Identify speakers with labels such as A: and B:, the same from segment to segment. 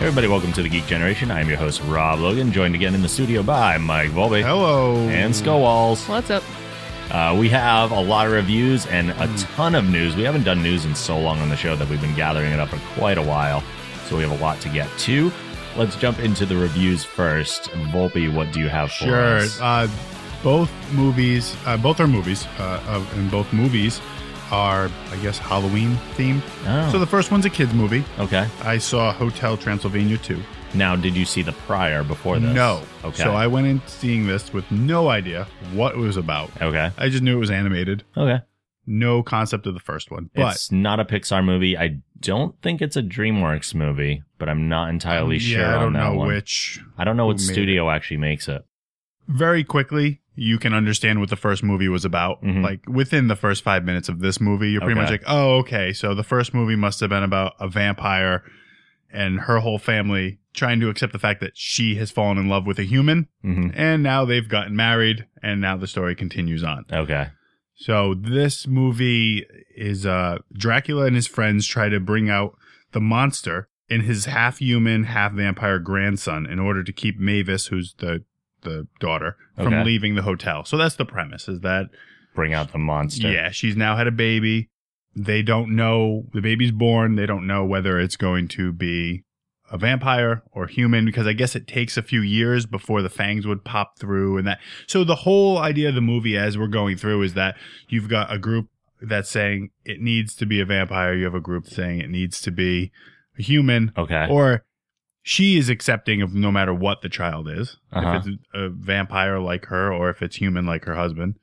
A: Everybody, welcome to the Geek Generation. I'm your host, Rob Logan, joined again in the studio by Mike Volbe
B: Hello.
A: and Skullwalls.
C: What's up?
A: Uh, we have a lot of reviews and
B: Hmm.
A: a ton of news. We haven't done news in so long on the show that we've been gathering it up for quite a while, so we have a lot to get to. Let's jump into the reviews first. Volpe, what do you have for
B: Sure.
A: us?
B: Uh, both movies, uh, both are movies, uh, of, and both movies are, I guess, Halloween themed.
A: Oh.
B: So the first one's a kids movie.
A: Okay.
B: I saw Hotel Transylvania 2.
A: Now, did you see the prior before this?
B: No.
A: Okay.
B: So I went in seeing this with no idea what it was about.
A: Okay.
B: I just knew it was animated.
A: Okay.
B: No concept of the first one. But
A: it's not a Pixar movie. I don't think it's a DreamWorks movie, but I'm not entirely sure
B: yeah, I
A: on
B: don't
A: that
B: know
A: one.
B: which.
A: I don't know
B: who
A: what
B: made it.
A: studio actually makes it.
B: Very quickly, you can understand what the first movie was about.
A: Mhm.
B: Like within the first five minutes of this movie, you're pretty
A: Okay.
B: much like, oh, okay. So the first movie must have been about a vampire and her whole family trying to accept the fact that she has fallen in love with a human.
A: hmm
B: And now they've gotten married, and now the story continues on.
A: Okay.
B: So this movie is uh Dracula and his friends try to bring out the monster in his half human, half vampire grandson in order to keep Mavis, who's the the daughter, from
A: Okay.
B: leaving the hotel. So that's the premise is that
A: Bring out the monster.
B: yeah, she's now had a baby. They don't know the baby's born. They don't know whether it's going to be a vampire or human because I guess it takes a few years before the fangs would pop through and that. So the whole idea of the movie as we're going through is that you've got a group that's saying it needs to be a vampire. You have a group saying it needs to be a human
A: Okay.
B: or she is accepting of no matter what the child is.
A: Uh-huh.
B: If it's a vampire like her or if it's human like her husband.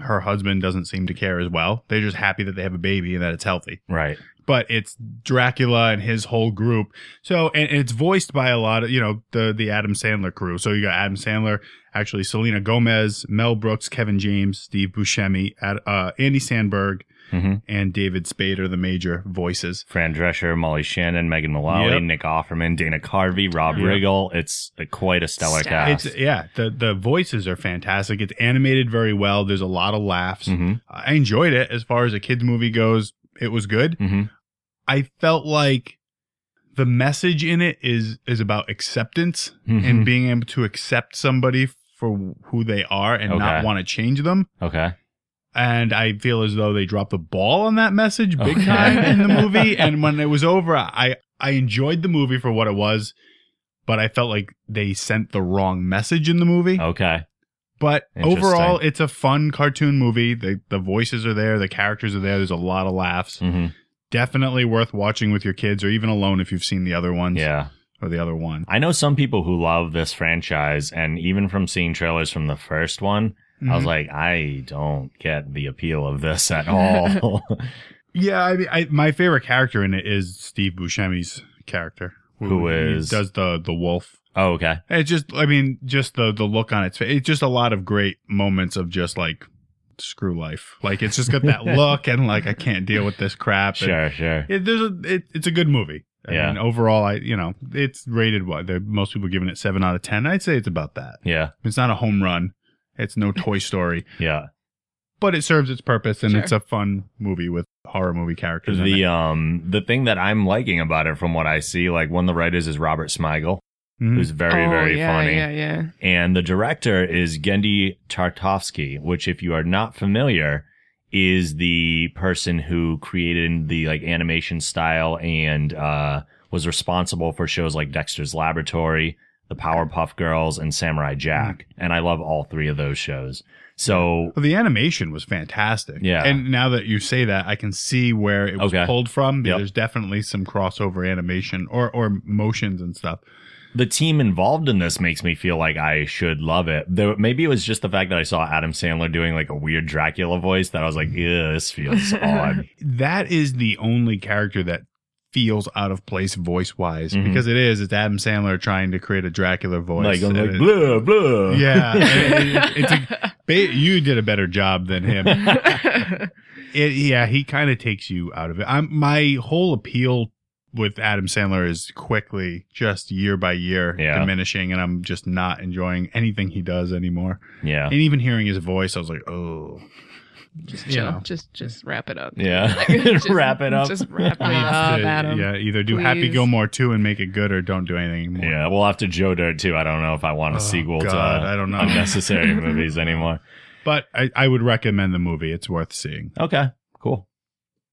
B: Her husband doesn't seem to care as well. They're just happy that they have a baby and that it's healthy.
A: right.
B: But it's Dracula and his whole group. So and, and it's voiced by a lot of you know the the Adam Sandler crew. So you got Adam Sandler, actually Selena Gomez, Mel Brooks, Kevin James, Steve Buscemi, Ad, uh, Andy Sandberg,
A: hmm
B: and David Spade are the major voices.
A: Fran Drescher, Molly Shannon, Megan Mullally,
B: Yep.
A: Nick Offerman, Dana Carvey, Rob
B: Yep.
A: Riggle. It's a, quite a stellar
C: Stacked.
A: cast.
B: It's yeah, the the voices are fantastic. It's animated very well. There's a lot of laughs.
A: hmm
B: I enjoyed it as far as a kids movie goes. It was good.
A: hmm
B: I felt like the message in it is is about acceptance
A: Mm-hmm.
B: and being able to accept somebody for who they are and not
A: Okay.
B: want to change them.
A: okay.
B: And I feel as though they dropped the ball on that message big
A: Okay.
B: time in the movie. And when it was over, I I enjoyed the movie for what it was, but I felt like they sent the wrong message in the movie.
A: Okay.
B: But
A: Interesting.
B: overall, it's a fun cartoon movie. The the voices are there, the characters are there. There's a lot of laughs.
A: hmm
B: Definitely worth watching with your kids or even alone if you've seen the other ones
A: Yeah.
B: or the other one.
A: I know some people who love this franchise, and even from seeing trailers from the first one, I was
B: Mhm.
A: like, I don't get the appeal of this at all.
B: yeah, I, mean, I my favorite character in it is Steve Buscemi's character,
A: Who
B: he
A: is-
B: does the the wolf.
A: oh, okay.
B: It's just, I mean, just the the look on its face. It's just a lot of great moments of just like screw life. Like it's just got that look and like I can't deal with this crap. and-
A: Sure, sure.
B: it, there's a it, it's a good movie. I
A: Yeah.
B: mean, overall, I you know it's rated what the most people giving it seven out of ten. I'd say it's about that.
A: Yeah,
B: It's not a home run. It's no Toy Story,
A: yeah.
B: but it serves its purpose and
C: Sure.
B: it's a fun movie with horror movie characters. in
A: The
B: it.
A: um the thing that I'm liking about it from what I see, like one of the writers is Robert Smigel,
B: Mhm.
A: who's very,
C: oh,
A: very
C: yeah,
A: funny.
C: Yeah, yeah.
A: And the director is Gendy Tartovsky, which if you are not familiar, is the person who created the like animation style and uh was responsible for shows like Dexter's Laboratory, The Powerpuff Girls, and Samurai Jack.
C: Hmm.
A: And I love all three of those shows. So
B: Well, the animation was fantastic.
A: Yeah.
B: and now that you say that, I can see where it was
A: Okay.
B: pulled from.
A: Yep.
B: There's definitely some crossover animation or or motions and stuff.
A: the team involved in this makes me feel like I should love it. Though maybe it was just the fact that I saw Adam Sandler doing like a weird Dracula voice that I was like, yeah, this feels odd.
B: that is the only character that feels out of place voice wise
A: Mhm.
B: because it is it's Adam Sandler trying to create a Dracula
A: like,
B: voice.
A: I'm
B: And
A: like,
B: it-
A: blah, blah.
B: yeah, and it- it's a, ba- you did a better job than him. It, yeah, he kind of takes you out of it. I'm, my whole appeal with Adam Sandler is quickly just year by year
A: Yeah.
B: diminishing, and I'm just not enjoying anything he does anymore.
A: Yeah.
B: And even hearing his voice, I was like, oh,
C: Just
B: You
C: chill.
B: know.
C: Just just wrap it up.
A: Yeah. Wrap it up.
C: Just wrap it
B: Needs
C: up,
B: to-
C: Adam.
B: uh, Yeah, either do Happy
C: please.
B: Gilmore 2 and make it good or don't do anything more.
A: Yeah, we'll have to Joe Dirt too. I don't know if I want a
B: Oh,
A: sequel
B: God,
A: to
B: I don't know.
A: unnecessary movies anymore.
B: But I, I would recommend the movie. It's worth seeing.
A: Okay, cool.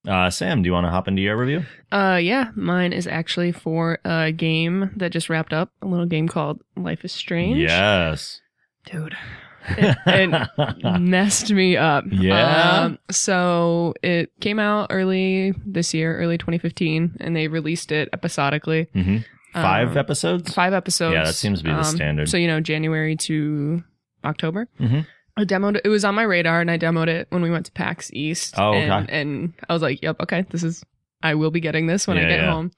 A: Uh, Sam, do you want to hop into your review?
C: Uh, yeah, mine is actually for a game that just wrapped up. A little game called Life is Strange.
A: Yes. Mm-hmm.
C: dude, And- messed me up.
A: Yeah?
C: Um, so it came out early this year, early 2015, and they released it episodically.
A: Mhm. Five
C: Um,
A: episodes.
C: Five episodes. um,
A: Yeah, that seems to be the standard.
C: So you know, January to October.
A: Mhm.
C: I demoed. It was on my radar, and I demoed it when we went to PAX East.
A: Oh, okay.
C: and, and I was like, "Yep, okay, this is. I will be getting this when I
A: Yeah,
C: get
A: yeah.
C: home."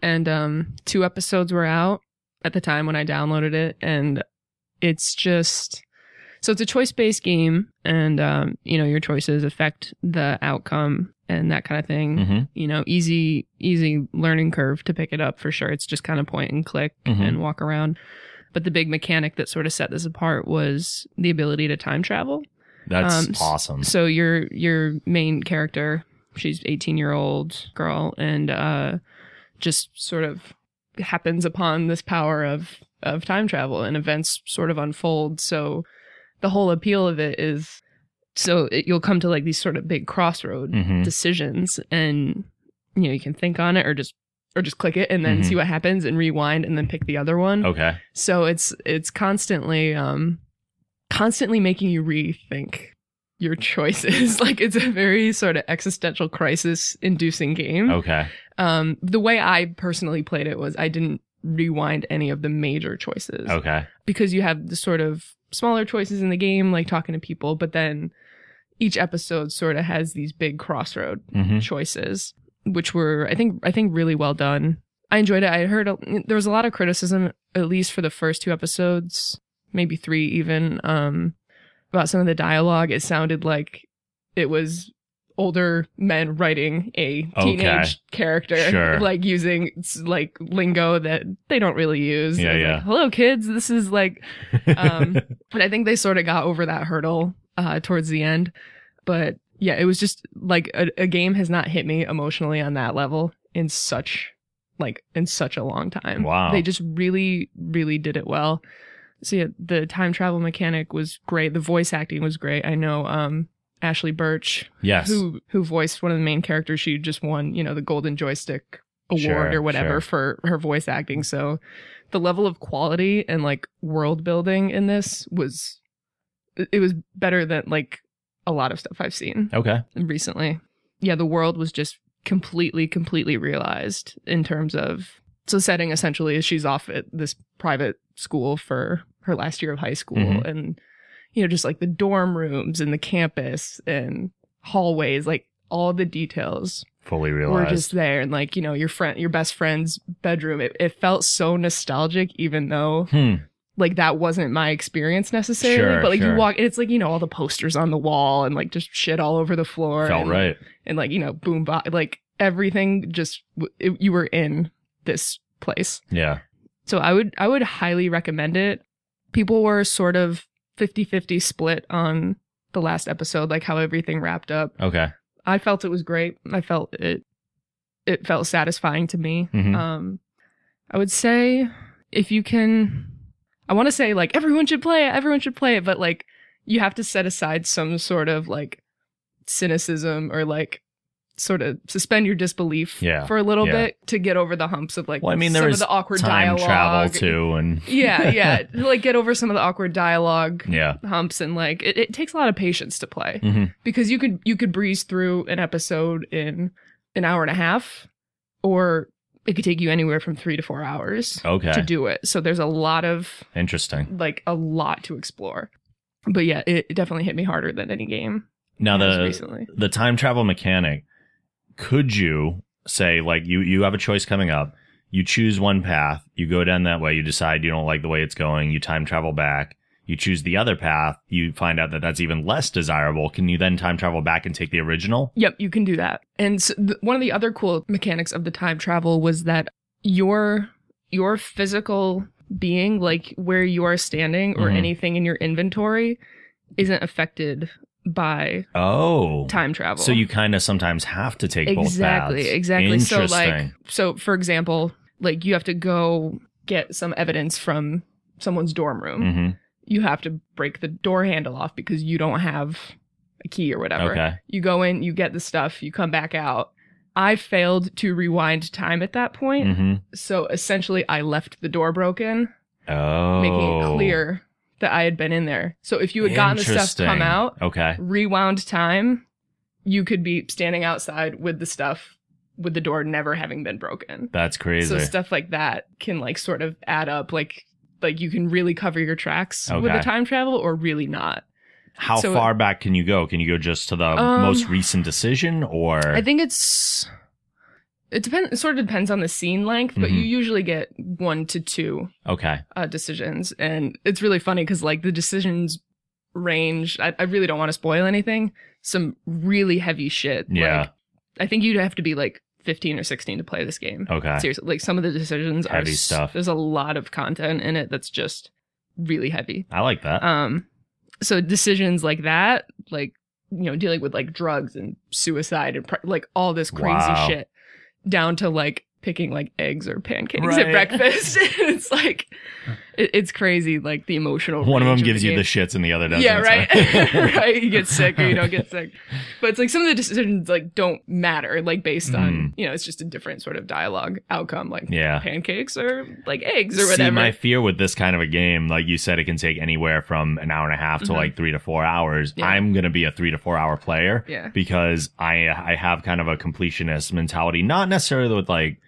C: And um, two episodes were out at the time when I downloaded it, and it's just so it's a choice based game, and um, you know your choices affect the outcome and that kind of thing
A: hmm
C: you know, easy, easy learning curve to pick it up for sure. It's just kind of point and click
A: Mhm.
C: and walk around. But the big mechanic that sort of set this apart was the ability to time travel.
A: That's
C: um, s-
A: awesome.
C: So your your main character, she's 18 year old girl, and uh, just sort of happens upon this power of of time travel, and events sort of unfold. So the whole appeal of it is, so it, you'll come to like these sort of big crossroad
A: Mhm.
C: decisions and you know you can think on it or just or just click it and then
A: Mhm.
C: see what happens and rewind and then pick the other one
A: Okay.
C: so it's it's constantly um constantly making you rethink your choices like it's a very sort of existential crisis inducing game
A: Okay.
C: um the way i personally played it was i didn't rewind any of the major choices
A: Okay.
C: because you have the sort of smaller choices in the game like talking to people but then each episode sort of has these big crossroad
A: hmm
C: choices, which were I think I think really well done. I enjoyed it. I heard a, there was a lot of criticism, at least for the first two episodes, maybe three even, um, about some of the dialogue. It sounded like it was older men writing a
A: Okay.
C: teenage character,
A: Sure.
C: like using like lingo that they don't really use.
A: Yeah,
C: It was
A: yeah.
C: Like, Hello, kids. This is like um, but I think they sort of got over that hurdle uh, towards the end. But yeah, it was just like a, a game has not hit me emotionally on that level in such like in such a long time.
A: Wow.
C: They just really, really did it well. So yeah, the time travel mechanic was great. The voice acting was great. I know um Ashley Birch,
A: yes.
C: who who voiced one of the main characters, she just won, you know, the golden joystick award
A: Sure,
C: or whatever for her voice acting. So the level of quality and like world building in this was it was better than like a lot of stuff I've seen
A: Okay.
C: recently. Yeah, the world was just completely, completely realized in terms of so setting essentially is she's off at this private school for her last year of high school
A: Mhm.
C: and you know, just like the dorm rooms and the campus and hallways, like all the details
A: Fully
C: were
A: realized.
C: just there and like, you know, your friend your best friend's bedroom. It, it felt so nostalgic even though
A: hmm.
C: like that wasn't my experience necessarily.
A: Sure,
C: but like
A: sure.
C: you walk and it's like, you know, all the posters on the wall and like just shit all over the floor.
A: Felt
C: and,
A: right.
C: and like you know boom bo- like everything just w- it, you were in this place
A: Yeah.
C: so i would i would highly recommend it people were sort of 50-50 split on the last episode like how everything wrapped up
A: Okay.
C: i felt it was great i felt it it felt satisfying to me
A: Mhm.
C: um i would say if you can i want to say like everyone should play it everyone should play it but like you have to set aside some sort of like cynicism or like sort of suspend your disbelief
A: Yeah,
C: for a little
A: yeah.
C: bit to get over the humps of like
A: Well, I mean, there
C: some
A: is
C: of the awkward
A: Time
C: dialogue
A: travel too, and
C: yeah yeah like get over some of the awkward dialogue
A: yeah.
C: humps and like it, it takes a lot of patience to play
A: hmm
C: because you could you could breeze through an episode in an hour and a half or it could take you anywhere from three to four hours to
A: Okay.
C: do it so there's a lot of
A: Interesting.
C: like a lot to explore but yeah it, it definitely hit me harder than any game
A: Now
C: has
A: the
C: recently
A: the time travel mechanic could you say like you you have a choice coming up you choose one path you go down that way you decide you don't like the way it's going you time travel back you choose the other path you find out that that's even less desirable can you then time travel back and take the original
C: Yep, you can do that. And so th- one of the other cool mechanics of the time travel was that your your physical being, like where you are standing or
A: Mhm.
C: anything in your inventory, isn't affected by
A: Oh.
C: time travel.
A: So you kind of sometimes have to take both paths.
C: exactly exactly. So like
A: Interesting.
C: so for example, like you have to go get some evidence from someone's dorm room.
A: Mhm.
C: You have to break the door handle off because you don't have a key or whatever.
A: Okay.
C: You go in, you get the stuff, you come back out. I failed to rewind time at that point.
A: hmm
C: So essentially, I left the door broken,
A: Oh.
C: making it clear that I had been in there. So if you had gotten the stuff come
A: Interesting.
C: out,
A: Okay.
C: rewound time, you could be standing outside with the stuff with the door never having been broken.
A: That's crazy.
C: So stuff like that can like sort of add up like like you can really cover your tracks with the
A: Okay.
C: time travel or really not.
A: How
C: so-
A: far back can you go? Can you go just to the
C: Um,
A: most recent decision or
C: I think it's it depends it sort of depends on the scene length, but you
A: Mm-hmm.
C: usually get 1 to 2
A: Okay.
C: uh, decisions. And it's really funny because, like, the decisions range. I, I really don't want to spoil anything. Some really heavy shit.
A: Yeah.
C: Like, I think you'd have to be like 15 or 16 to play this game.
A: Okay.
C: Seriously. Like, some of the decisions are
A: Heavy
C: s-
A: stuff.
C: There's a lot of content in it that's just really heavy.
A: I like that.
C: Um, so decisions like that, like, you know, dealing with like drugs and suicide and pr- like all this crazy
A: Wow.
C: shit down to like picking like eggs or pancakes
A: Right.
C: at breakfast. it's like, it, it's crazy. Like the emotional.
A: One of
C: range
A: them gives you
C: game.
A: the shits and the other doesn't.
C: Yeah,
A: It's
C: right.
A: like-
C: right. You get sick or you don't get sick. But it's like some of the decisions like don't matter, like based on, you know, it's just a different sort of dialogue outcome, like
A: Mm. Yeah.
C: pancakes or like eggs or whatever.
A: See, my fear with this kind of a game, like you said, it can take anywhere from an hour and a half to
C: Mhm.
A: like three to four hours.
C: Yeah.
A: I'm gonna be a three to four hour player
C: yeah.
A: because I I have kind of a completionist mentality, not necessarily with like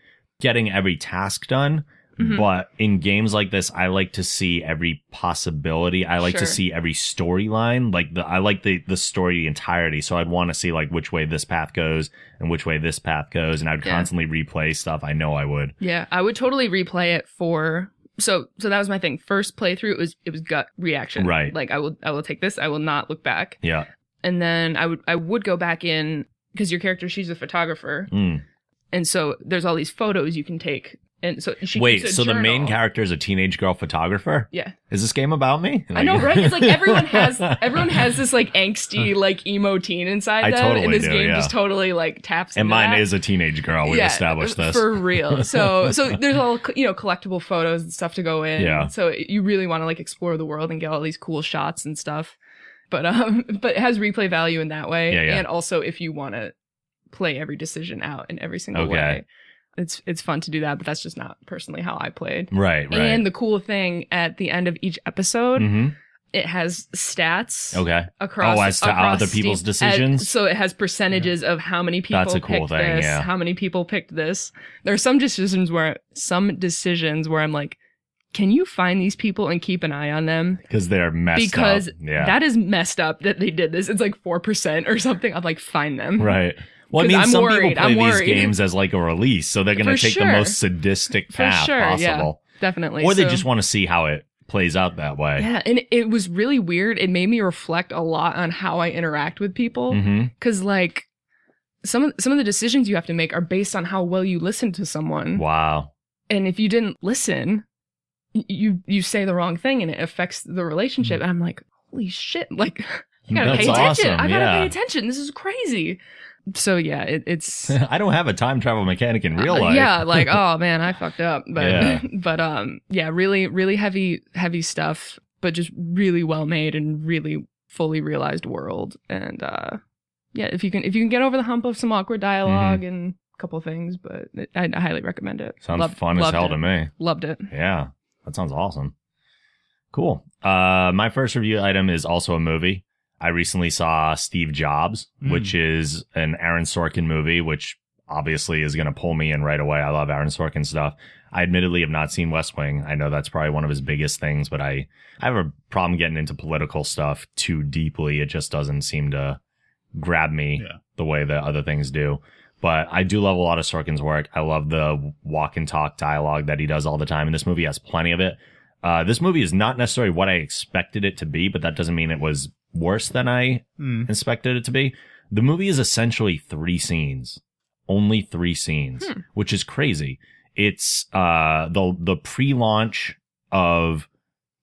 A: getting every task done.
C: Mhm.
A: But in games like this, I like to see every possibility. I like
C: Sure.
A: to see every storyline. Like the, I like the the story entirety. So I'd want to see like which way this path goes and which way this path goes, and I'd
C: Yeah.
A: constantly replay stuff. I know I would.
C: Yeah, I would totally replay it for so so that was my thing. First playthrough it was it was gut reaction.
A: Right.
C: Like I will I will take this, I will not look back.
A: Yeah.
C: And then I would I would go back in because your character she's a photographer
A: Mm.
C: and so there's all these photos you can take. And so she
A: Wait.
C: keeps a
A: So the main
C: journal.
A: character is a teenage girl photographer.
C: Yeah.
A: Is this game about me?
C: I know, right? It's like everyone has everyone has this like angsty like emo teen inside
A: I
C: them and
A: totally
C: this
A: do,
C: game
A: yeah.
C: just totally like taps
A: And
C: into
A: mine
C: that.
A: is a teenage girl. We've
C: Yeah,
A: established this.
C: for real. So so there's all you know collectible photos and stuff to go in.
A: Yeah.
C: So you really want to like explore the world and get all these cool shots and stuff. But um, but it has replay value in that way.
A: Yeah, yeah.
C: And also if you want to play every decision out in every single
A: Okay.
C: way, it's it's fun to do that. But that's just not personally how I played.
A: right. Right.
C: And the cool thing at the end of each episode,
A: Mhm.
C: it has stats
A: Okay.
C: across
A: Oh, as to
C: across
A: other people's
C: Steam-
A: decisions?
C: as- so it has percentages of how many people
A: That's a cool
C: picked
A: thing,
C: this,
A: yeah.
C: how many people picked this. There are some decisions where some decisions where I'm like, can you find these people and keep an eye on them?
A: Because they're messed
C: Because
A: up. Yeah.
C: That is messed up that they did this. It's like four percent or something. I'm like, find them.
A: Right. Well, I
C: 'Cause
A: mean,
C: I'm
A: some
C: worried.
A: people play
C: I'm
A: these
C: worried.
A: games as like a release, so they're going to
C: For
A: take
C: sure.
A: the most sadistic
C: For
A: path
C: sure, yeah.
A: possible,
C: Definitely.
A: or they
C: So-
A: just want to see how it plays out that way.
C: Yeah, and it was really weird. It made me reflect a lot on how I interact with people.
A: hmm
C: because like some of, some of the decisions you have to make are based on how well you listen to someone
A: Wow.
C: and if you didn't listen y- you you say the wrong thing and it affects the relationship and i'm like holy shit like i gotta
A: Mm-hmm. That's
C: pay attention
A: awesome.
C: i gotta pay
A: yeah.
C: attention this is crazy so yeah it, it's
A: I don't have a time travel mechanic in real
C: uh,
A: life.
C: yeah like oh man i fucked up but
A: Yeah.
C: but um yeah really really heavy heavy stuff but just really well made and really fully realized world and uh yeah if you can if you can get over the hump of some awkward dialog and a couple things but it, I, I highly recommend it
A: Mm-hmm. Sounds
C: Loved-
A: fun as
C: loved
A: hell
C: it.
A: to me.
C: loved it
A: Yeah. That sounds awesome. Cool. Uh, my first review item is also a movie. I recently saw Steve Jobs,
B: Mm.
A: which is an Aaron Sorkin movie, which obviously is going to pull me in right away. I love Aaron Sorkin stuff. I admittedly have not seen West Wing. I know that's probably one of his biggest things, but I, I have a problem getting into political stuff too deeply. It just doesn't seem to grab me
B: Yeah.
A: the way that other things do but I do love a lot of Sorkin's work. I love the walk and talk dialogue that he does all the time, and this movie has plenty of it. Uh, this movie is not necessarily what I expected it to be, but that doesn't mean it was worse than I
B: Mm.
A: expected it to be. The movie is essentially three scenes, only three scenes,
C: Hmm.
A: which is crazy. It's uh, the the pre-launch of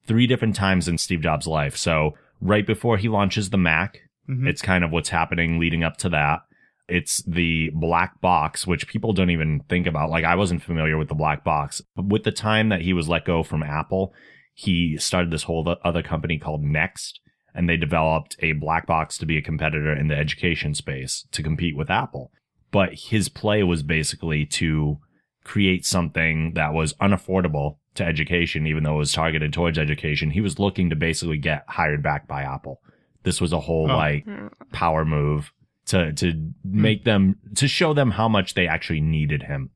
A: three different times in Steve Jobs' life. So right before he launches the Mac,
C: mm-hmm,
B: Mhm.
A: It's kind of what's happening leading up to that. It's the black box, which people don't even think about. Like I wasn't familiar with the black box. With the time that he was let go from Apple, he started this whole th- other company called Next, and they developed a black box to be a competitor in the education space to compete with Apple. But his play was basically to create something that was unaffordable to education, even though it was targeted towards education. He was looking to basically get hired back by Apple. This was a whole
B: Oh.
A: like power move to to make them to show them how much they actually needed him.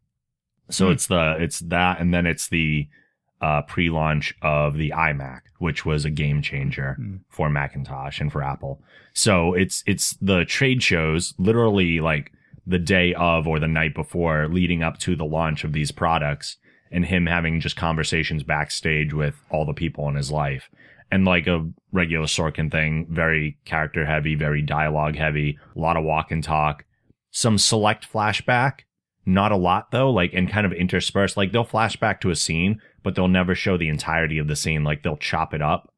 A: So
B: Hmm.
A: it's the it's that, and then it's the uh, pre-launch of the iMac, which was a game changer
B: Hmm.
A: for Macintosh and for Apple. So it's it's the trade shows, literally like the day of or the night before, leading up to the launch of these products, and him having just conversations backstage with all the people in his life and like a regular Sorkin thing, very character heavy, very dialogue heavy, a lot of walk and talk, some select flashback, not a lot though, like and kind of interspersed. Like they'll flash back to a scene, but they'll never show the entirety of the scene. Like they'll chop it up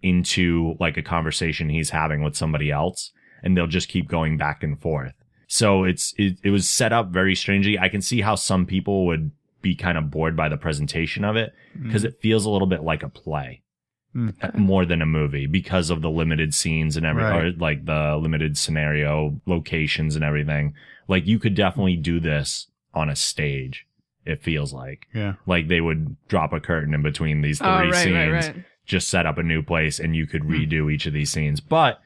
A: into like a conversation he's having with somebody else, and they'll just keep going back and forth. So it's it, it was set up very strangely. I can see how some people would be kind of bored by the presentation of it
C: mm.
A: because it feels a little bit like a play
B: Mm.
A: uh, more than a movie because of the limited scenes and every
B: Right.
A: or like the limited scenario locations and everything like you could definitely do this on a stage it feels like
B: Yeah.
A: like they would drop a curtain in between these three
C: Oh, right,
A: scenes
C: right, right.
A: just set up a new place and you could redo each of these scenes. But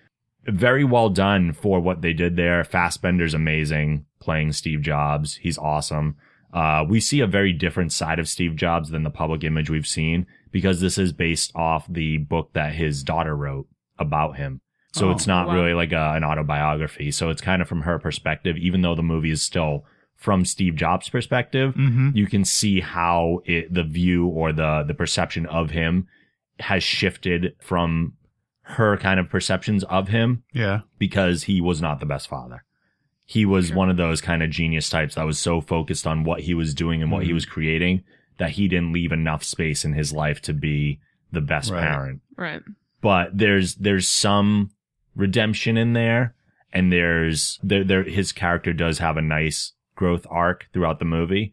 A: very well done for what they did there. Fassbender's amazing playing Steve Jobs. He's awesome. Uh, we see a very different side of Steve Jobs than the public image we've seen because this is based off the book that his daughter wrote about him. So
B: Oh,
A: it's not
C: wow.
A: really like a, an autobiography. So it's kind of from her perspective, even though the movie is still from Steve Jobs' perspective
B: Mm-hmm.
A: you can see how it, the view or the the perception of him has shifted from her kind of perceptions of him
B: Yeah.
A: because he was not the best father. He was
C: Sure.
A: one of those kind of genius types that was so focused on what he was doing and what he
B: Mhm.
A: was creating that he didn't leave enough space in his life to be the best
B: Right.
A: parent
C: Right.
A: but there's there's some redemption in there and there's there there his character does have a nice growth arc throughout the movie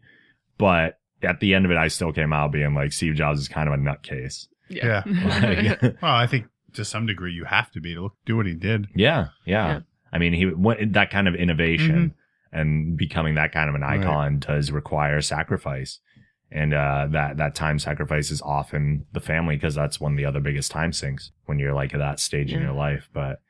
A: but at the end of it I still came out being like Steve Jobs is kind of a nutcase
C: Yeah.
A: like,
B: Well, I think to some degree you have to be to look, do what he did.
A: yeah, yeah
C: Yeah. Mm-hmm.
A: I mean he went that kind of innovation and becoming that kind of an
B: Right.
A: icon does require sacrifice and uh, that that time sacrifice is often the family because that's one of the other biggest time sinks when you're like at that stage in
C: Yeah.
A: your life. But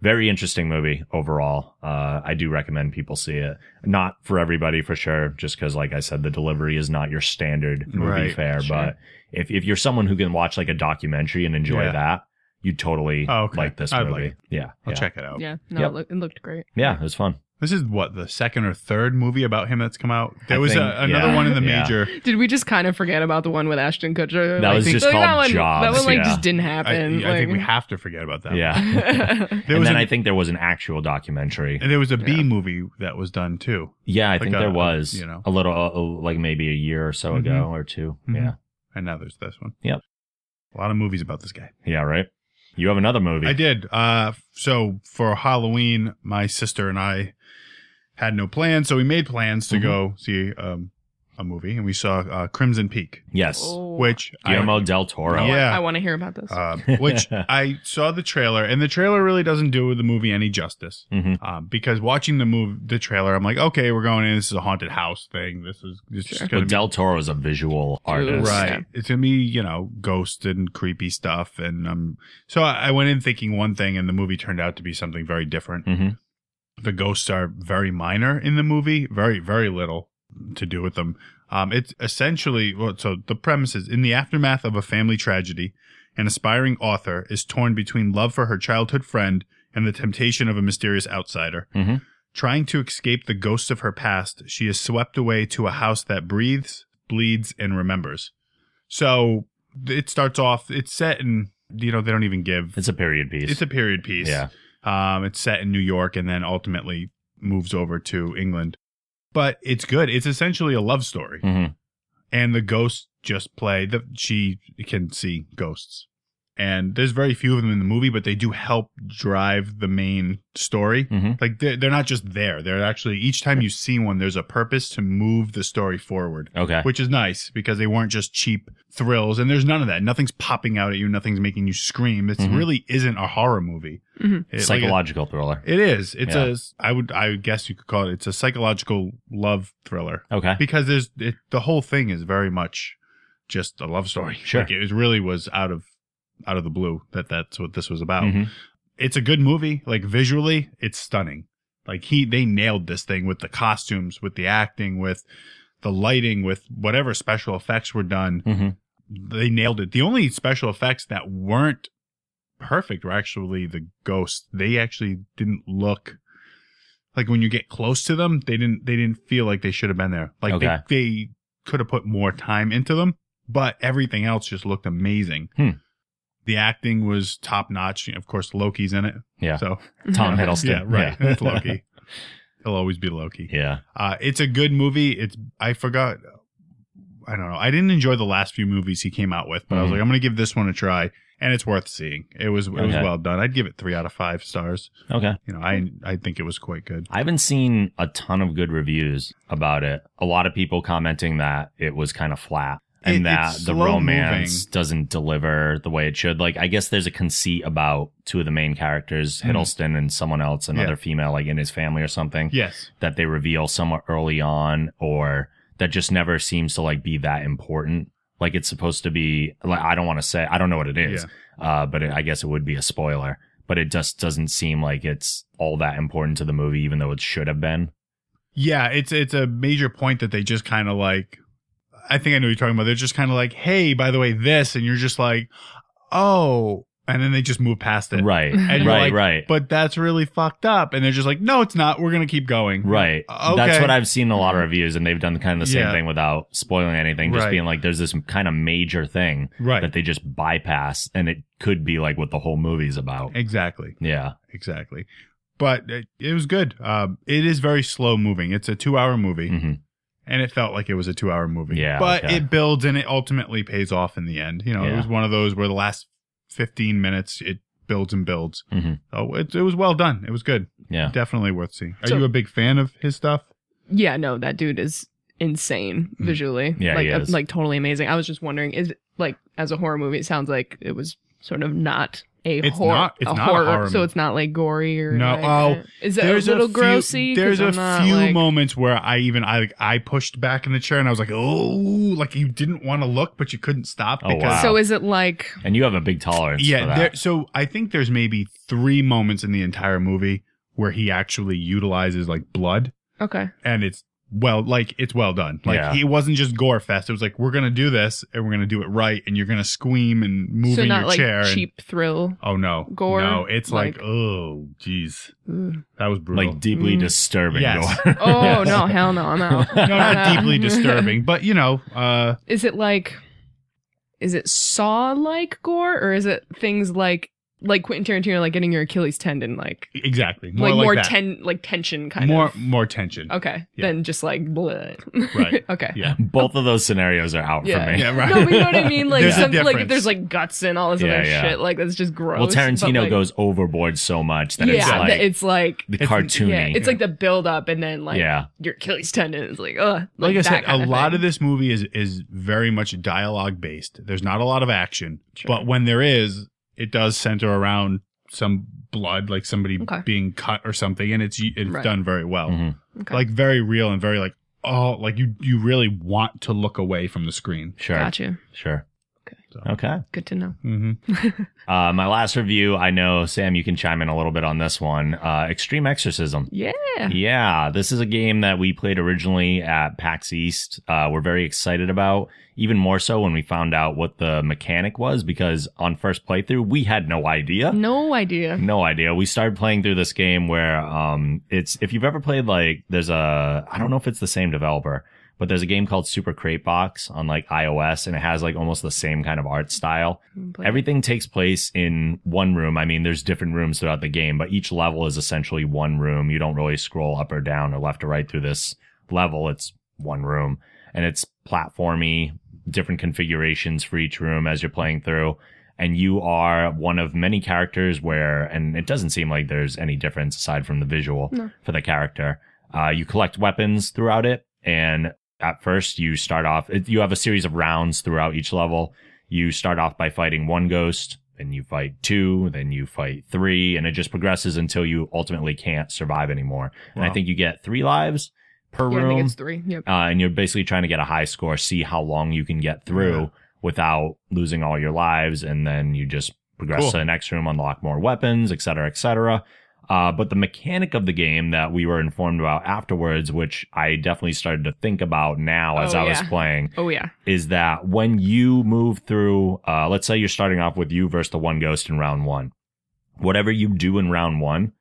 A: very interesting movie overall. Uh, I do recommend people see it. Not for everybody for sure, just because like I said, the delivery is not your standard movie
B: Right,
A: fare.
C: sure.
A: But if if you're someone who can watch like a documentary and enjoy
B: Yeah.
A: that, you totally
B: Oh, okay.
A: like this
B: I'd
A: movie.
B: like it.
A: yeah,
B: I'll
A: yeah.
B: check it out.
C: Yeah. No,
A: Yep.
C: it, loo- it looked great.
A: Yeah, it was fun.
B: This is what the second or third movie about him that's come out. There
A: I
B: was
A: think-
B: a, another
A: yeah,
B: one in the
A: yeah.
B: major.
C: Did we just kind of forget about the one with Ashton Kutcher?
A: That
C: Like,
A: was
B: think-
A: just
C: like,
A: called
C: that one,
A: Jobs.
C: That one like
A: yeah.
C: just didn't
B: I,
C: happen.
B: I think we have to forget about that.
A: yeah.
C: have.
B: There
A: and
B: was
A: then
B: a-
A: I think there was an actual documentary.
B: And there was a B
C: Yeah.
B: movie that was done too.
A: Yeah, I
B: Like
A: think
B: a-
A: there
B: a-
A: was.
B: you know.
A: a little, uh, uh, like maybe a year or so ago or 2
B: Mhm.
A: Yeah,
B: And now there's this one.
A: Yep.
B: A lot of movies about this guy.
A: yeah, right. You have another movie.
B: I did. Uh, so for Halloween, my sister and I had no plans, so we made plans to
A: Mhm.
B: go see um, a movie, and we saw uh, Crimson Peak,
A: Yes,
B: which
A: Guillermo del Toro.
B: Yeah.
C: Oh. I want to hear about this.
B: I, uh, which I saw the trailer, and the trailer really doesn't do the movie any justice.
A: hmm
B: Um, because watching the move, the trailer, I'm like, okay, we're going in. This is a haunted house thing. This is this
C: Sure.
B: is gonna be
A: del Toro is a visual artist.
B: right.
C: Yeah.
B: It's gonna be you know ghost and creepy stuff, and um. So I, I went in thinking one thing, and the movie turned out to be something very different.
A: hmm
B: The ghosts are very minor in the movie, very very little to do with them. Um, it's essentially well, so the premise is in the aftermath of a family tragedy, an aspiring author is torn between love for her childhood friend and the temptation of a mysterious outsider.
A: Mhm.
B: Trying to escape the ghosts of her past, she is swept away to a house that breathes, bleeds, and remembers. So it starts off. It's set in you know they don't even give.
A: It's a period piece.
B: It's a period piece.
A: Yeah.
B: Um, it's set in New York and then ultimately moves over to England. But it's good. It's essentially a love story.
A: Mhm.
B: And the ghosts just play the she can see ghosts. and there's very few of them in the movie, but they do help drive the main story.
A: Mhm.
B: Like they're, they're not just there; they're actually each time you see one, there's a purpose to move the story forward,
A: Okay.
B: which is nice because they weren't just cheap thrills. And there's none of that. Nothing's popping out at you. Nothing's making you scream. It
A: Mhm.
B: really isn't a horror movie.
C: Mhm.
B: It- like,
A: Psychological thriller.
B: it is. It's
A: Yeah.
B: a. I would. I would guess you could call it. It's a psychological love thriller
A: Okay.
B: because there's it, the whole thing is very much just a love story.
A: Sure.
B: like it really was out of out of the blue that that's what this was about.
A: Mhm.
B: It's a good movie. Like visually, it's stunning. Like he they nailed this thing with the costumes, with the acting, with the lighting, with whatever special effects were done.
A: Mhm.
B: They nailed it. The only special effects that weren't perfect were actually the ghosts. They actually didn't look like when you get close to them, they didn't they didn't feel like they should have been there. Like
A: Okay.
B: they, they could have put more time into them, but everything else just looked amazing.
A: Hmm.
B: The acting was top notch. Of course, Loki's in it.
A: Yeah.
B: So
A: Tom Hiddleston.
B: yeah, right.
A: Yeah.
B: It's Loki. He'll always be Loki.
A: yeah.
B: Uh, it's a good movie. It's I forgot. I don't know. I didn't enjoy the last few movies he came out with, but I was
A: Mhm.
B: like, I'm gonna give this one a try, and it's worth seeing. It was it was
A: Okay.
B: well done. I'd give it three out of five stars.
A: Okay.
B: You know, I I think it was quite good.
A: I haven't seen a ton of good reviews about it. A lot of people commenting that it was kind of flat and
B: It-
A: that
B: it's
A: the
B: slow
A: romance
B: moving.
A: doesn't deliver the way it should. Like, I guess there's a conceit about two of the main characters,
B: Mhm.
A: Hiddleston and someone else, another female, like in his family or something,
B: Yes,
A: that they reveal somewhat early on or that just never seems to like be that important. Like it's supposed to be like I don't want to say I don't know what it is, uh, but it, I guess it would be a spoiler. But it just doesn't seem like it's all that important to the movie, even though it should have been.
B: yeah. It's it's a major point that they just kind of like. I think I know what you're talking about. They're just kind of like, hey, by the way, this, and you're just like, oh, and then they just move past it.
A: Right,
C: And
B: you're
A: right,
B: like,
A: right,
B: But that's really fucked up, and they're just like, no, it's not. We're gonna keep going.
A: right.
B: Okay. Mm-hmm.
A: That's what I've seen in a lot of reviews, and they've done kind of the same
B: Yeah.
A: thing without spoiling anything. Just
B: Right.
A: being like, there's this kind of major thing
B: Right.
A: that they just bypass, and it could be like what the whole movie's about.
B: Exactly,
A: Yeah,
B: exactly. But it, it was good. Um, it is very slow moving. It's a two-hour movie,
A: hmm
B: and it felt like it was a two-hour movie.
A: Yeah,
B: but
A: okay.
B: it builds, and it ultimately pays off in the end. You know, it
A: Yeah.
B: was one of those where the last fifteen minutes it builds and builds.
A: Mhm.
B: So it, it was well done. It was good.
A: yeah.
B: Definitely worth seeing. Are
C: So-
B: you a big fan of his stuff?
C: Yeah, no, that dude is insane
B: Mm.
C: visually.
A: Yeah,
C: like
A: he
C: uh,
A: is.
C: like totally amazing. I was just wondering, is like as a horror movie, it sounds like it was sort of not a
B: It's
C: horror.
B: not- it's
C: a
B: not a
C: horror,
B: horror
C: so
B: movie.
C: it's not like gory or
B: No,
C: like-
B: oh,
C: is it a little
B: few-
C: grossy? 'Cause
B: There's a
C: I'm not,
B: few
C: like-
B: moments where I even I like I pushed back in the chair and I was like, oh, like you didn't want to look, but you couldn't stop
A: Oh,
B: because
A: wow.
C: So is it like
A: And you have a big tolerance. for
B: Yeah,
A: that.
B: there, so I think there's maybe three moments in the entire movie where he actually utilizes like blood,
C: okay?
B: and it's well, like it's well done. Like
A: Yeah.
B: he wasn't just gore fest. It was like we're gonna do this and we're gonna do it right, and you're gonna scream and move
C: so
B: in
C: not
B: your
C: like
B: chair. and-
C: cheap thrill.
B: oh no,
C: gore?
B: No, it's like,
C: Like-
B: oh, jeez,
C: Ooh.
B: that was brutal.
A: like deeply
C: Mm.
A: disturbing.
B: Yes.
A: gore.
C: Oh
A: Yes.
C: no, hell no, I'm out.
B: no,
C: I'm out.
B: not deeply disturbing, but you know, uh,
C: is it like is it saw like gore or is it things like like Quentin Tarantino like getting your Achilles tendon like
B: exactly more
C: like,
B: like,
C: more
B: that.
C: ten like tension kind
B: more
C: of
B: more tension.
C: okay
B: Yeah.
C: than just like bleh.
B: Right.
C: okay
B: Yeah,
A: Both of those scenarios are out
C: Yeah.
A: for me.
B: yeah, right.
C: no but you know what I mean like
B: There's a
C: some, like if
B: difference.
C: there's like guts and all this
A: Yeah,
C: other
A: yeah.
C: shit like that's just gross
A: Well,
C: but,
A: Tarantino
C: like,
A: goes overboard so much that
C: yeah
A: it's like
C: that it's like
A: the
B: It's-
A: cartoony.
C: yeah it's like the build up and then like
A: yeah.
C: your Achilles tendon is like ugh
B: like, I
C: that
B: said, a
C: kind
B: lot
C: thing.
B: of this movie is is very much dialogue based. There's not a lot of action,
C: Sure.
B: but when there is, it does center around some blood, like somebody
C: Okay.
B: being cut or something, and it's it's
C: Right.
B: done very well,
A: Mhm.
C: Okay.
B: like very real and very like oh, like you you really want to look away from the screen.
A: Sure.
C: gotcha
A: Sure.
C: Okay.
A: Okay.
C: good to know
B: Mm-hmm.
A: Uh, my last review, I know, Sam, you can chime in a little bit on this one. Uh, Extreme Exorcism.
C: yeah
A: Yeah, this is a game that we played originally at PAX East. Uh, we're very excited about, even more so when we found out what the mechanic was, because on first playthrough, we had no idea.
C: no idea
A: No idea. We started playing through this game where um it's if you've ever played like there's a I don't know if it's the same developer, but there's a game called Super Crate Box on like iOS and it has like almost the same kind of art style.
C: But-
A: Everything takes place in one room. I mean, there's different rooms throughout the game, but each level is essentially one room. You don't really scroll up or down or left or right through this level. It's one room and it's platformy, different configurations for each room as you're playing through. and you are one of many characters where, and it doesn't seem like there's any difference aside from the visual
C: No.
A: for the character. Uh, you collect weapons throughout it, and at first you start off, it- you have a series of rounds throughout each level. You start off by fighting one ghost, then you fight two, then you fight three, and it just progresses until you ultimately can't survive anymore. And I
B: Wow.
A: think you get three lives per
C: Yeah, I think
A: room
C: it's three. Yep.
A: uh, and you're basically trying to get a high score, see how long you can get through
B: Yeah.
A: without losing all your lives, and then you just progress
B: Cool.
A: to the next room, unlock more weapons, et cetera, et cetera. Uh, but the mechanic of the game that we were informed about afterwards, which I definitely started to think about now as
C: Oh,
A: I was
C: yeah.
A: playing,
C: Oh yeah.
A: is that when you move through, uh, let's say you're starting off with you versus the one ghost in round one, whatever you do in round one,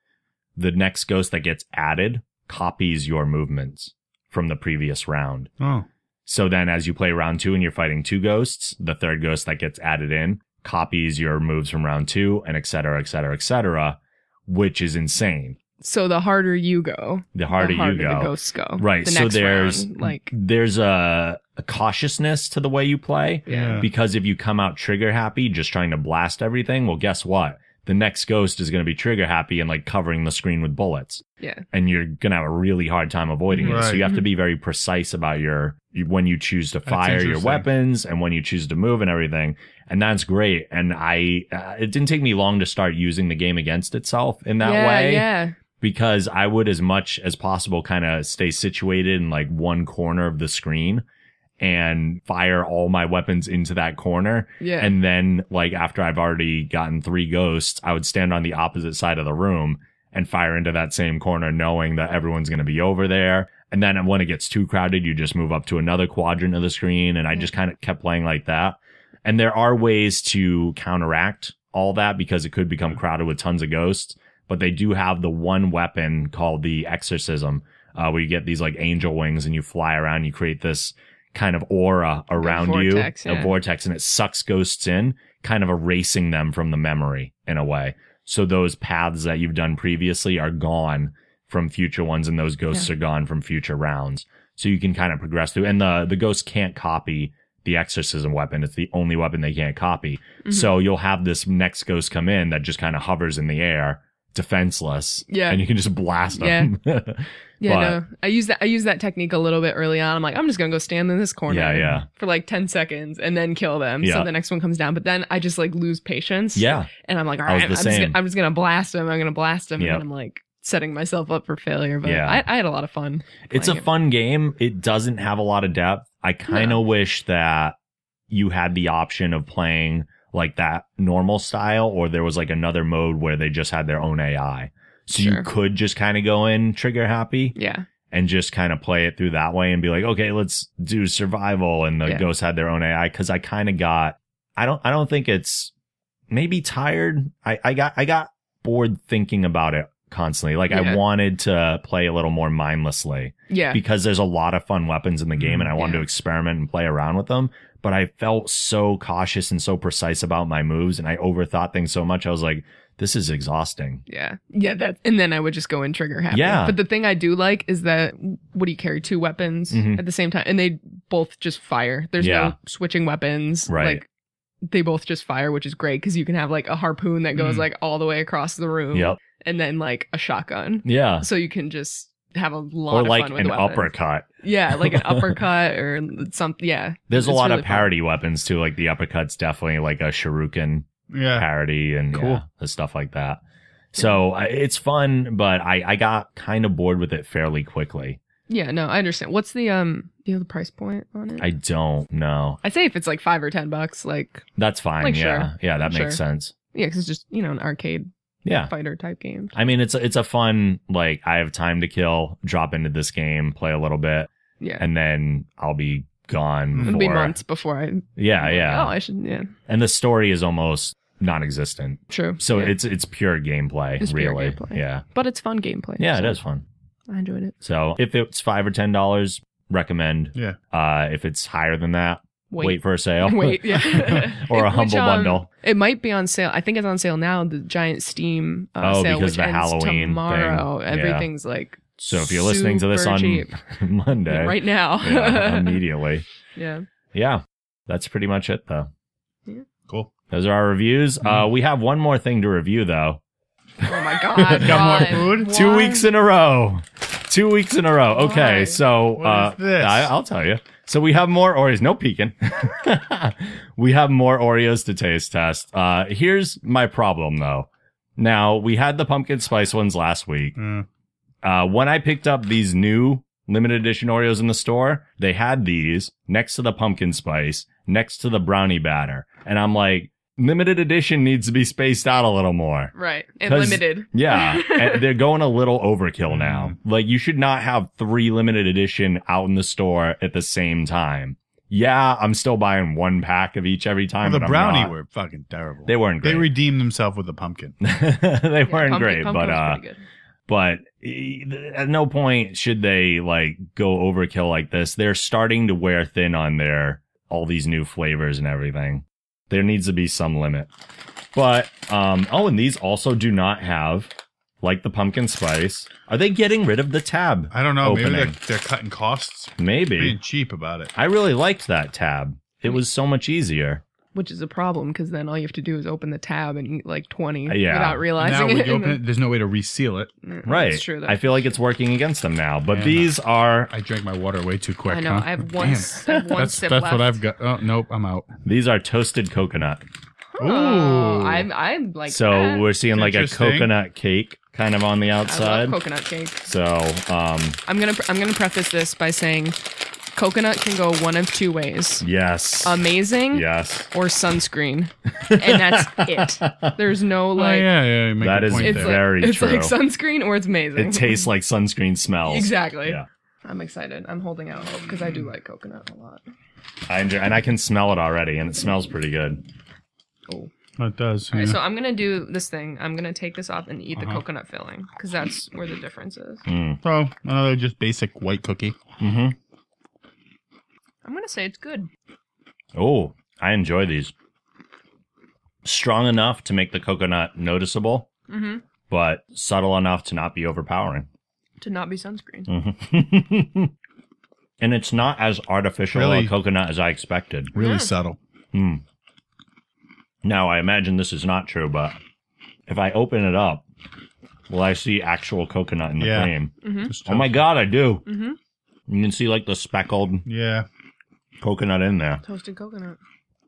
A: the next ghost that gets added copies your movements from the previous round.
B: Oh,
A: So then as you play round two and you're fighting two ghosts, the third ghost that gets added in copies your moves from round two and et cetera, et cetera, et cetera, which is insane.
C: So the harder you go,
A: The harder,
C: the harder
A: you go.
C: the ghosts go.
A: Right,
C: The
A: so
C: next
A: there's-
C: round, like
A: There's a, a cautiousness to the way you play
C: yeah.
B: Yeah.
A: because if you come out trigger happy, just trying to blast everything, well, guess what? The next ghost is going to be trigger happy and like covering the screen with bullets.
C: Yeah.
A: And you're going to have a really hard time avoiding it. So
B: Right.
A: you have to be very precise about your, when you choose to
B: That's
A: fire your
B: interesting.
A: weapons and when you choose to move and everything. And that's great. And I, uh, it didn't take me long to start using the game against itself in that
C: yeah,
A: way
C: Yeah.
A: because I would as much as possible kind of stay situated in like one corner of the screen and fire all my weapons into that corner.
C: Yeah.
A: And then like after I've already gotten three ghosts, I would stand on the opposite side of the room and fire into that same corner knowing that everyone's going to be over there. And then when it gets too crowded, you just move up to another quadrant of the screen. And I just kind of kept playing like that. And there are ways to counteract all that because it could become crowded with tons of ghosts. But they do have the one weapon called the exorcism, uh, where you get these like angel wings and you fly around, you create this kind of aura around
C: vortex,
A: you, a
C: yeah.
A: vortex, and it sucks ghosts in, kind of erasing them from the memory in a way. So those paths that you've done previously are gone from future ones, and those ghosts are gone from future rounds. So you can kind of progress through, and the the ghosts can't copy the exorcism weapon. It's the only weapon they can't copy.
C: Mhm.
A: So you'll have this next ghost come in that just kind of hovers in the air, defenseless.
C: Yeah.
A: And you can just blast them. Yeah.
C: Yeah,
A: But-
C: no. I use that. I use that technique a little bit early on. I'm like, I'm just gonna go stand in this corner,
A: Yeah, yeah.
C: for like ten seconds, and then kill them.
A: Yeah.
C: So the next one comes down, but then I just like lose patience. and I'm like, all
A: I was
C: right,
A: the
C: I'm just, gonna,
A: same.
C: I'm just gonna blast him. I'm gonna blast him,
A: Yep.
C: and I'm like setting myself up for failure. But
A: Yeah.
C: I, I had a lot of fun.
A: It's a
C: playing it.
A: fun game. It doesn't have a lot of depth. I kind of wish that you had the option of playing like that normal style or there was like another mode where they just had their own AI. So you
C: Sure.
A: could just kind of go in trigger happy
C: Yeah,
A: and just kind of play it through that way and be like, okay, let's do survival. And the
C: Yeah.
A: ghosts had their own AI because I kind of got, I don't, I don't think it's maybe tired. I, I got, I got bored thinking about it constantly. Like I
C: Yeah.
A: wanted to play a little more mindlessly
C: yeah, Mm-hmm.
A: because there's a lot of fun weapons in the game and I wanted
C: Yeah.
A: to experiment and play around with them. But I felt so cautious and so precise about my moves and I overthought things so much. I was like, this is exhausting.
C: yeah, yeah. That and then I would just go in trigger happy.
A: Yeah.
C: But the thing I do like is that what do you carry two weapons
A: Mhm.
C: at the same time, and they both just fire. There's
A: Yeah.
C: no switching weapons.
A: Right.
C: Like, they both just fire, which is great because you can have like a harpoon that goes
B: Mm.
C: like all the way across the room,
A: Mm-hmm. Yep.
C: and then like a shotgun,
A: Yeah.
C: so you can just have a lot
A: Or
C: of
A: like
C: fun with
A: an
C: weapons.
A: uppercut.
C: Yeah, like an uppercut or something. Yeah,
A: There's a
C: It's
A: lot
C: really
A: of
C: fun.
A: parody weapons too. Like the uppercut's definitely like a shuriken
B: yeah.
A: parody and
B: Cool.
A: yeah, the stuff like that. So I- it's fun, but I, I got kind of bored with it fairly quickly.
C: yeah. No, I understand. What's the um? Do you know the price point on it?
A: I don't know.
C: I'd say if it's like five or ten bucks, like
A: That's fine.
C: Like,
A: yeah.
C: sure.
A: Yeah. That
C: Sure.
A: makes sense.
C: yeah, 'cause it's just you know an arcade
A: Yeah.
C: fighter type game.
A: I mean, it's a, it's a fun, like I have time to kill, drop into this game, play a little bit,
C: Yeah,
A: and then I'll be gone.
B: It'll
C: it'll be
A: for-
C: months before I.
A: Yeah.
C: Oh,
A: Uh, Yeah.
C: I should. Yeah,
A: And the story is almost non-existent.
C: true.
A: So
C: Yeah.
A: it's, it's pure gameplay,
C: It's pure
A: really.
C: gameplay.
A: Yeah.
C: but it's fun gameplay.
A: Yeah. It
C: so
A: is fun.
C: I enjoyed it.
A: So if it's five or ten dollars, recommend.
B: Yeah.
A: Uh, if it's higher than that, wait,
C: Wait,
A: for a sale.
C: Wait, yeah.
A: or a
C: Which,
A: humble
C: um,
A: bundle.
C: It might be on sale. I think it's on sale now. The giant Steam uh,
A: Oh,
C: sale,
A: because
C: which
A: the
C: ends
A: Halloween thing.
C: tomorrow.
A: Yeah.
C: Everything's like
A: So if you're listening to this
C: super
A: on
C: cheap.
A: Monday,
C: right now.
A: yeah, immediately.
C: yeah.
A: Yeah. That's pretty much it though.
B: Cool.
A: Those are our reviews. Uh,
C: Mm-hmm.
A: we have one more thing to review, though.
C: Oh my god.
B: Got more
C: Ron.
B: food?
A: Two
C: Why?
A: weeks in a row. Two weeks in a row. Okay,
C: Why?
A: so
B: What
A: uh,
B: is this?
A: I, I'll tell you. So we have more Oreos. No peeking. we have more Oreos to taste test. Uh, here's my problem, though. Now we had the pumpkin spice ones last week.
B: Mm.
A: Uh, when I picked up these new limited edition Oreos in the store, they had these next to the pumpkin spice, next to the brownie batter, and I'm like, limited edition needs to be spaced out a little more.
C: Right. And
A: 'Cause-
C: limited.
A: Yeah, and they're going a little overkill now.
B: Mm-hmm.
A: Like you should not have three limited edition out in the store at the same time. Yeah, I'm still buying one pack of each every time.
B: the
A: but I'm
B: brownie
A: not-
B: were fucking terrible.
A: they weren't
B: They
A: great.
B: redeemed themselves with the pumpkin.
A: They,
C: Yeah,
A: weren't
C: pumpkin-
A: great,
C: pumpkin
A: but
C: was
A: uh,
C: pretty good.
A: but e- at no point should they like go overkill like this. They're starting to wear thin on their all these new flavors and everything. There needs to be some limit. But um oh and these also do not have like the pumpkin spice. Are they getting rid of the tab?
B: I don't know. Maybe
A: Opening.
B: they're, they're cutting costs, being
A: Maybe.
B: cheap about it.
A: I really liked that tab. It was so much easier.
C: Which is a problem because then all you have to do is open the tab and eat like 20
A: Uh, Yeah.
C: without
B: Now
C: realizing
B: when
C: it.
B: you
C: and
B: open it, there's no way to reseal it.
C: then- Mm,
A: Right.
C: That's true. Though.
A: I feel like it's working against them now. But
B: Yeah.
A: these are
B: I drank my water way too quick.
C: I know.
B: huh? Oh,
C: I have
B: Damn.
C: one, s- I have one
B: that's
C: sip
B: that's
C: left.
B: what I've got. Oh nope, I'm out.
A: these are toasted coconut.
C: Oh,
B: Ooh.
C: I'm, I'm like
A: so
C: that.
A: we're seeing like a
B: Interesting.
A: coconut cake kind of on the
C: I
A: outside.
C: love coconut cake.
A: So, um,
C: I'm gonna I'm gonna preface this by saying, coconut can go one of two ways:
A: yes.
C: Um, amazing
A: yes.
C: or sunscreen, and that's it. There's no
B: oh,
C: like
B: yeah, yeah. you make
A: That
B: a
A: is
B: point
C: it's
B: there.
C: like
A: Very
C: it's
A: true.
C: like sunscreen or it's amazing.
A: It tastes like sunscreen smells.
C: exactly.
A: Yeah.
C: I'm excited. I'm holding out hope because I do like coconut a lot.
A: I enjoy, and I can smell it already, and it smells pretty good.
C: Oh.
B: It does.
C: All right,
B: yeah.
C: so I'm gonna do this thing. I'm gonna take this off and eat the
B: Uh-huh.
C: coconut filling because that's where the difference is.
A: Mm.
B: So another just basic white cookie.
A: hmm
C: I'm gonna say it's good.
A: Oh, I enjoy these. Strong enough to make the coconut noticeable,
C: Mm-hmm.
A: but subtle enough to not be overpowering.
C: To not be sunscreen.
A: hmm and it's not as artificial
B: Really?
A: a coconut as I expected.
B: Really
C: Yeah.
B: subtle.
A: Hmm. Now, I imagine this is not true, but if I open it up, will I see actual coconut in the
B: Yeah.
A: cream?
C: Mm-hmm.
B: Just
A: Oh my God, I do.
C: Mm-hmm.
A: You can see like the speckled
B: Yeah.
A: coconut in there.
C: Toasted coconut.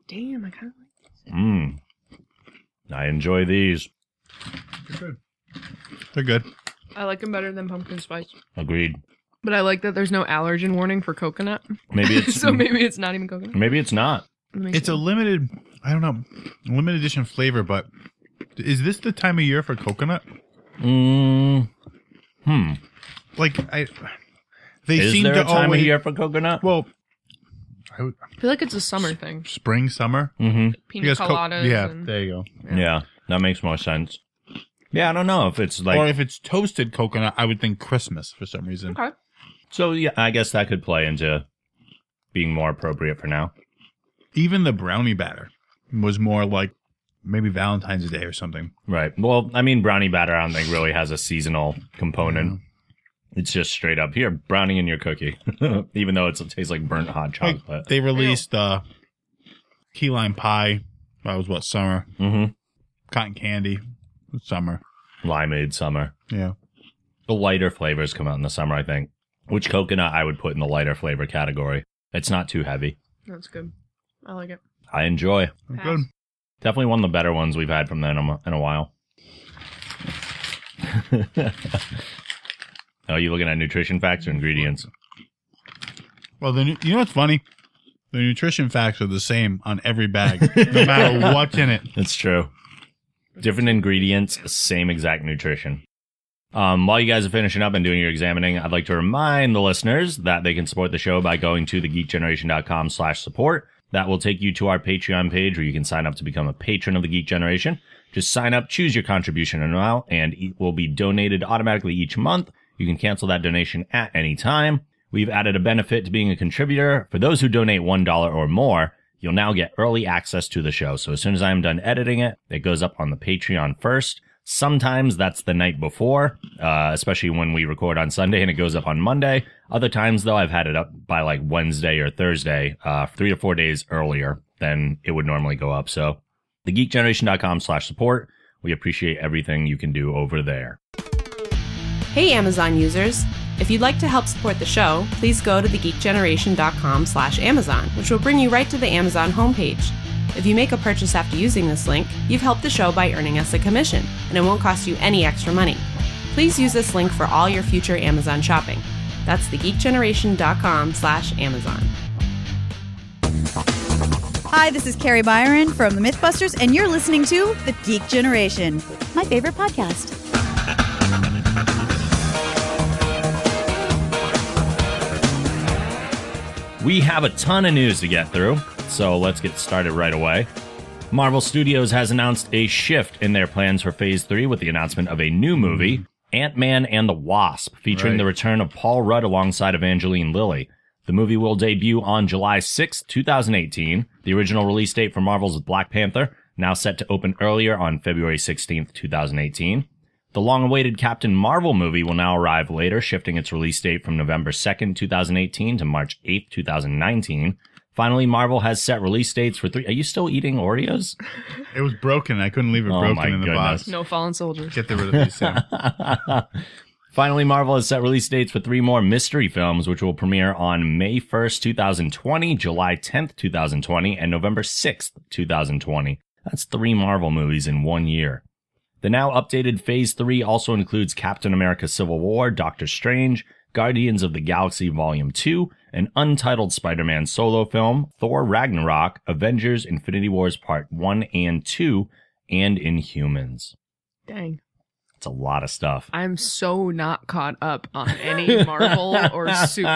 C: Damn, I kind of like.
A: Mmm. I enjoy these.
B: They're good. They're good.
C: I like them better than pumpkin spice.
A: Agreed.
C: But I like that there's no allergen warning for coconut.
A: Maybe it's
C: so maybe it's not even coconut.
A: maybe it's not.
C: Let me
B: It's
C: see.
B: a limited. I don't know, limited edition flavor, but is this the time of year for coconut?
A: Mm. Hmm.
B: Like I, they
A: Is
B: seem
A: there
B: to
A: a time
B: always.
A: of year for coconut?
B: Well, I would,
C: I feel like it's a summer thing.
B: spring, summer.
A: mm-hmm.
C: Pina
B: Because co-
C: coladas.
B: yeah,
C: and-
B: there you go.
A: Yeah. that makes more sense. Yeah, I don't know if it's like
B: or if it's toasted coconut, I would think Christmas for some reason.
C: Okay.
A: so. Yeah, I guess that could play into being more appropriate for now.
B: Even the brownie batter was more like maybe Valentine's Day or something.
A: Right. Well, I mean, brownie batter, I don't think really has a seasonal component. It's just straight up here, brownie in your cookie, even though it's, it tastes like burnt hot
B: Like,
A: chocolate.
B: they released uh, key lime pie. That was what summer.
A: Mm-hmm.
B: Cotton candy, summer.
A: Limeade summer.
B: Yeah.
A: The lighter flavors come out in the summer, I think. Which coconut I would put in the lighter flavor category. It's not too heavy.
C: That's good. I like it.
A: I enjoy.
B: They're
C: Pass.
B: Good.
A: Definitely one of the better ones we've had from them in a, in a while. Are Oh, you looking at nutrition facts or ingredients?
B: Well, the nu- you know what's funny? The nutrition facts are the same on every bag, no matter what's in it.
A: That's true. Different ingredients, same exact nutrition. Um, while you guys are finishing up and doing your examining, I'd like to remind the listeners that they can support the show by going to thegeekgeneration.com slash support. That will take you to our Patreon page where you can sign up to become a patron of the Geek Generation. Just sign up, choose your contribution amount, and it will be donated automatically each month. You can cancel that donation at any time. We've added a benefit to being a contributor. For those who donate $1 or more, you'll now get early access to the show. So as soon as I'm done editing it, it goes up on the Patreon first. Sometimes that's the night before, uh, especially when we record on Sunday and it goes up on Monday. Other times, though, I've had it up by like Wednesday or Thursday, uh, three to four days earlier than it would normally go up. So thegeekgeneration.com slash support. We appreciate everything you can do over there.
D: Hey Amazon users! If you'd like to help support the show, please go to thegeekgeneration.com slash Amazon, which will bring you right to the Amazon homepage. If you make a purchase after using this link, you've helped the show by earning us a commission, and it won't cost you any extra money. Please use this link for all your future Amazon shopping. That's thegeekgeneration.com slash Amazon.
E: Hi, this is Carrie Byron from the Mythbusters, and you're listening to The Geek Generation, my favorite podcast.
A: We have a ton of news to get through, so let's get started right away. Marvel Studios has announced a shift in their plans for Phase 3 with the announcement of a new movie, Ant Man and the Wasp, featuring
B: Right.
A: the return of Paul Rudd alongside Evangeline Lilly. The movie will debut on July 6, 2018, the original release date for Marvel's Black Panther, now set to open earlier on February 16, 2018. The long awaited Captain Marvel movie will now arrive later, shifting its release date from November 2nd, 2018 to March 8th, 2019. Finally, Marvel has set release dates for three. Are you still eating Oreos?
B: It was broken. I couldn't leave it
A: Oh my
B: broken in the
A: goodness.
B: box.
C: No fallen soldiers.
B: Get the rid of these. Sam.
A: Finally, Marvel has set release dates for three more mystery films, which will premiere on May 1st, 2020, July 10th, 2020, and November 6th, 2020. That's three Marvel movies in one year. The now updated Phase 3 also includes Captain America Civil War, Doctor Strange, Guardians of the Galaxy Volume 2, an untitled Spider Man solo film, Thor Ragnarok, Avengers Infinity Wars Part 1 and 2, and Inhumans.
C: Dang.
A: It's a lot of stuff.
C: I'm so not caught up on any Marvel or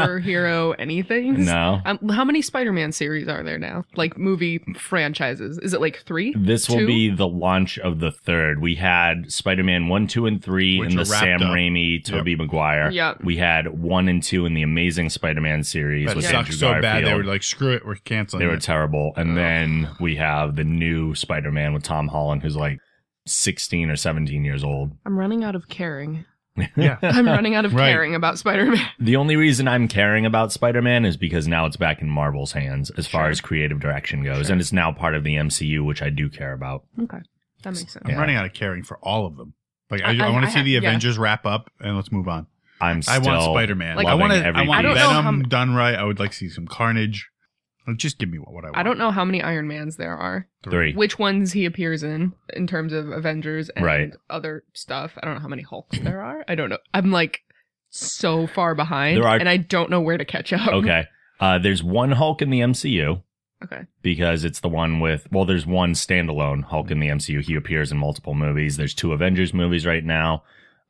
C: superhero anything.
A: No.
C: Um, how many Spider-Man series are there now? Like movie franchises? Is it like three?
A: This will
C: Two?
A: be the launch of the third. We had Spider Man 1, 2, and 3
B: Which
A: in
B: are
A: the
B: wrapped
A: Sam
B: up.
A: Raimi, Tobey Maguire.
C: Yep.
A: We had 1 and 2 in the Amazing Spider Man series
B: That
A: with
B: sucked
A: Andrew
B: so
A: Garfield.
B: bad they were like, screw it, we're canceling.
A: They were
B: it.
A: terrible. And then we have the new Spider Man with Tom Holland, who's like 16 or 17 years old.
C: I'm running out of caring.
B: yeah.
C: I'm running out of
B: Right.
C: caring about Spider-Man.
A: The only reason I'm caring about Spider Man is because now it's back in Marvel's hands as far
C: Sure.
A: as creative direction goes.
C: Sure.
A: And it's now part of the MCU, which I do care about.
C: Okay, that makes sense.
B: I'm
A: Yeah.
B: running out of caring for all of them. Like I,
C: I-
B: want
C: I
B: to see the
C: have- yeah.
B: Avengers wrap up and let's move on.
A: I'm still
B: I want Spider Man.
C: Like,
B: I want
A: loving every
B: I want
C: piece. I don't know how
B: Venom
C: m-
B: done right. I would like to see some Carnage. Like, Just give me what I want.
C: I don't know how many Iron Mans there are.
A: three.
C: Which ones he appears in in terms of Avengers and
A: Right.
C: other stuff. I don't know how many Hulks there are. I don't know. I'm like so far behind
A: There are-
C: and I don't know where to catch up.
A: Okay. Uh, there's one Hulk in the MCU
C: Okay.
A: because it's the one with, well, there's one standalone Hulk in the MCU. He appears in multiple movies. There's two Avengers movies right now.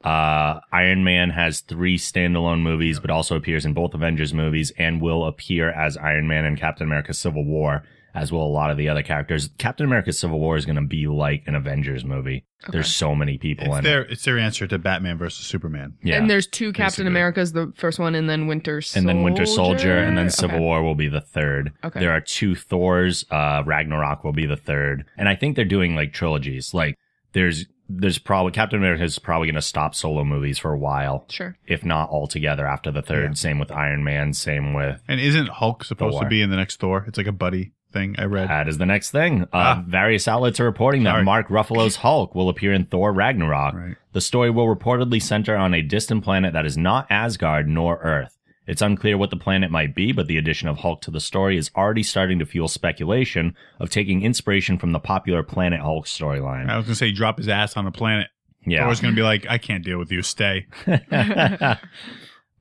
A: Uh, Iron Man has three standalone movies, but also appears in both Avengers movies and will appear as Iron Man and Captain America Civil War, as will a lot of the other characters. Captain America Civil War is going to be like an Avengers movie.
C: Okay.
A: There's so many people
B: It's
A: in it.
B: their it's their answer to Batman versus Superman.
A: Yeah.
C: And there's two Captain
B: Basically.
C: Americas, the first one, and then Winter Soldier.
A: and then Winter Soldier, and then Civil
C: Okay.
A: War will be the third.
C: Okay.
A: There are two Thors. Uh, Ragnarok will be the third, and I think they're doing like trilogies. Like there's there's probably Captain America is probably going to stop solo movies for a while,
C: Sure.
A: if not altogether after the third.
B: Yeah.
A: Same with Iron Man. Same with
B: And isn't Hulk supposed
A: Thor.
B: to be in the next Thor? It's like a buddy thing I read.
A: that is the next thing. Uh,
B: Ah.
A: Various outlets are reporting that
B: Sorry.
A: Mark Ruffalo's Hulk will appear in Thor Ragnarok.
B: Right.
A: The story will reportedly center on a distant planet that is not Asgard nor Earth. It's unclear what the planet might be, but the addition of Hulk to the story is already starting to fuel speculation of taking inspiration from the popular Planet Hulk
B: I
A: storyline.
B: was gonna say drop his ass on a planet.
A: Yeah.
B: Thor's gonna be like, I can't deal with you. Stay.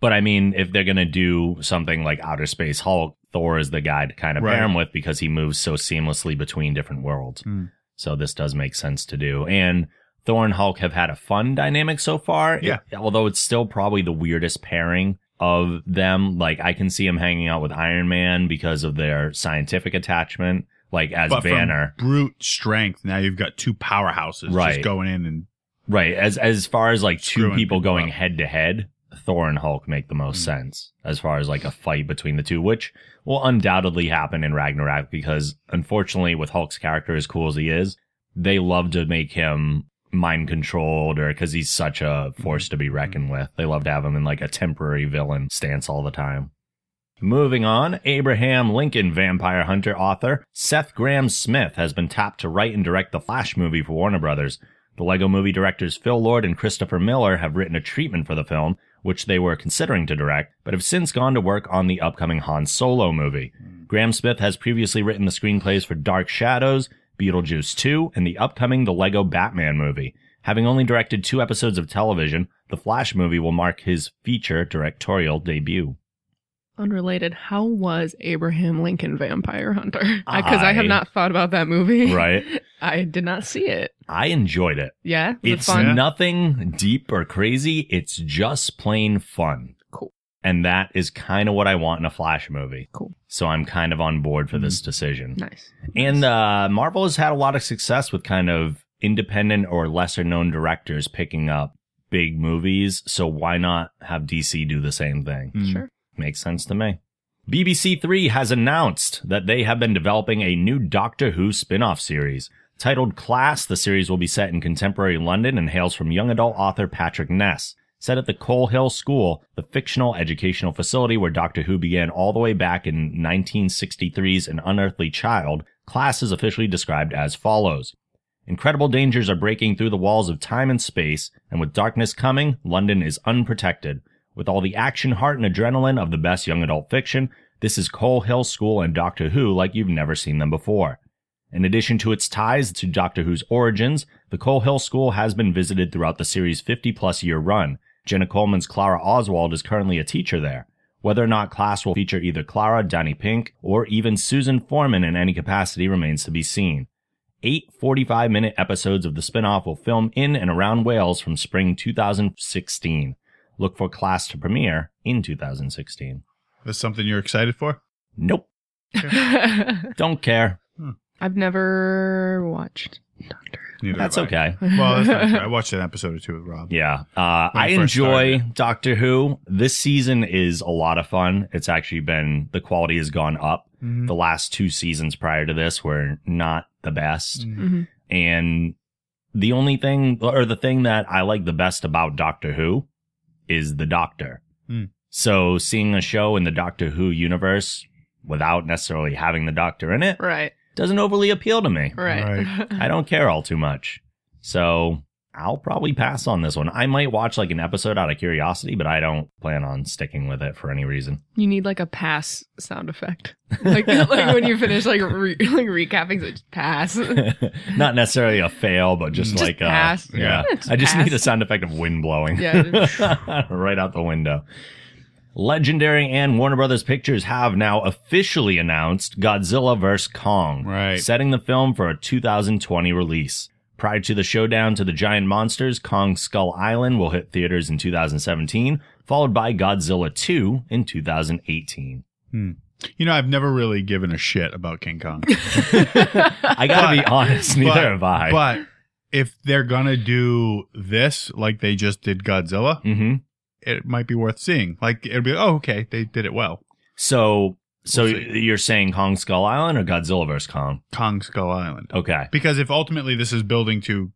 A: but I mean, if they're going to do something like Outer Space Hulk, Thor is the guy to kind of pair
B: Right.
A: him with because he moves so seamlessly between different worlds.
B: Hmm.
A: So this does make sense to do. And Thor and Hulk have had a fun dynamic so far.
B: Yeah.
A: It- although it's still probably the weirdest pairing of them. Like I can see him hanging out with Iron Man because of their scientific attachment, like as
B: but
A: Banner.
B: from brute strength, now you've got two powerhouses
A: Right.
B: just going in and
A: Right. As as far as like two
B: Screwing
A: people
B: people
A: going
B: up.
A: head to head, Thor and Hulk make the most
B: Mm.
A: sense as far as like a fight between the two, which will undoubtedly happen in Ragnarok because unfortunately with Hulk's character as cool as he is, they love to make him mind controlled or because he's such
B: Mm-hmm.
A: a force to be reckoned with. They love to have him in like a temporary villain stance all the time. Moving on, Abraham Lincoln vampire hunter author Seth Graham Smith has been tapped to write and direct the Flash movie for Warner Brothers. The Lego movie directors Phil Lord and Christopher Miller have written a treatment for the film, which they were considering to direct, but have since gone to work on the upcoming Han Solo movie. Graham Smith has previously written the screenplays for Dark Shadows, Beetlejuice 2, and the upcoming The Lego Batman movie. Having only directed two episodes of television, the Flash movie will mark his feature directorial debut.
C: Unrelated. How was Abraham Lincoln Vampire Hunter? Because I, have
A: I-
C: not thought about that movie.
A: Right.
C: I did not see it.
A: I enjoyed it.
C: Yeah. Was
A: It's
C: it fun.
A: nothing deep or crazy. It's just plain fun.
C: Cool.
A: And that is kind of what I want in a Flash movie.
C: Cool.
A: So I'm kind of on board for
C: Mm.
A: this decision.
C: Nice.
A: And uh, Marvel has had a lot of success with kind of independent or lesser known directors picking up big movies. So why not have DC do the same thing?
B: Mm.
C: Sure.
A: Makes sense to me. BBC Three has announced that they have been developing a new Doctor Who spin off series. Titled Class, the series will be set in contemporary London and hails from young adult author Patrick Ness. Set at the Coal Hill School, the fictional educational facility where Doctor Who began all the way back in 1963's An Unearthly Child, Class is officially described as follows. Incredible dangers are breaking through the walls of time and space, and with darkness coming, London is unprotected. With all the action, heart, and adrenaline of the best young adult fiction, this is Coal Hill School and Doctor Who like you've never seen them before. In addition to its ties to Doctor Who's origins, the Coal Hill School has been visited throughout the series' 50 plus year run. Jenna Coleman's Clara Oswald is currently a teacher there. Whether or not class will feature either Clara, Danny Pink, or even Susan Foreman in any capacity remains to be seen. Eight 45 minute episodes of the spinoff will film in and around Wales from spring 2016. Look for Class to premiere in 2016.
B: That's something you're excited for?
A: Nope. Don't care.
C: I've never watched.
B: Neither
A: That's
B: have I.
A: okay.
B: Well, that's not true. I watched an episode or two with Rob.
A: Yeah. Uh,
B: When
A: I
B: it first
A: enjoy
B: started.
A: Doctor Who. This season is a lot of fun. It's actually been, the quality has gone up.
B: Mhm.
A: The last two seasons prior to this were not the best.
B: Mhm.
C: Mhm.
A: And the only thing, or the thing that I like the best about Doctor Who is the Doctor.
B: Hmm.
A: So seeing a show in the Doctor Who universe without necessarily having the Doctor in it
C: Right.
A: doesn't overly appeal to me.
C: Right.
A: I don't care all too much. So I'll probably pass on this one. I might watch like an episode out of curiosity, but I don't plan on sticking with it for any reason.
C: You need like a pass sound effect, like like when you finish like re- like recapping, so just pass.
A: Not necessarily a fail, but just,
B: Just
A: like uh,
C: pass.
A: yeah.
C: Yeah, just
A: I just need
C: pass.
A: a sound effect of wind blowing.
C: Yeah.
A: right out the window. Legendary and Warner Brothers Pictures have now officially announced Godzilla vs. Kong,
B: Right.
A: setting the film for a 2020 release. Prior to the showdown to the giant monsters, Kong Skull Island will hit theaters in 2017, followed by Godzilla 2 in 2018.
B: You know, I've never really given a shit about King Kong.
A: I gotta
B: But-
A: be honest, neither have I.
B: But if they're gonna do this, like they just did Godzilla,
A: hmm
B: it might be worth seeing. Like it'd be, oh, okay, they did it well.
A: So, so
B: We'll see.
A: you're saying Kong Skull Island or Godzilla vs. Kong?
B: Kong Skull Island.
A: Okay.
B: Because if ultimately this is building to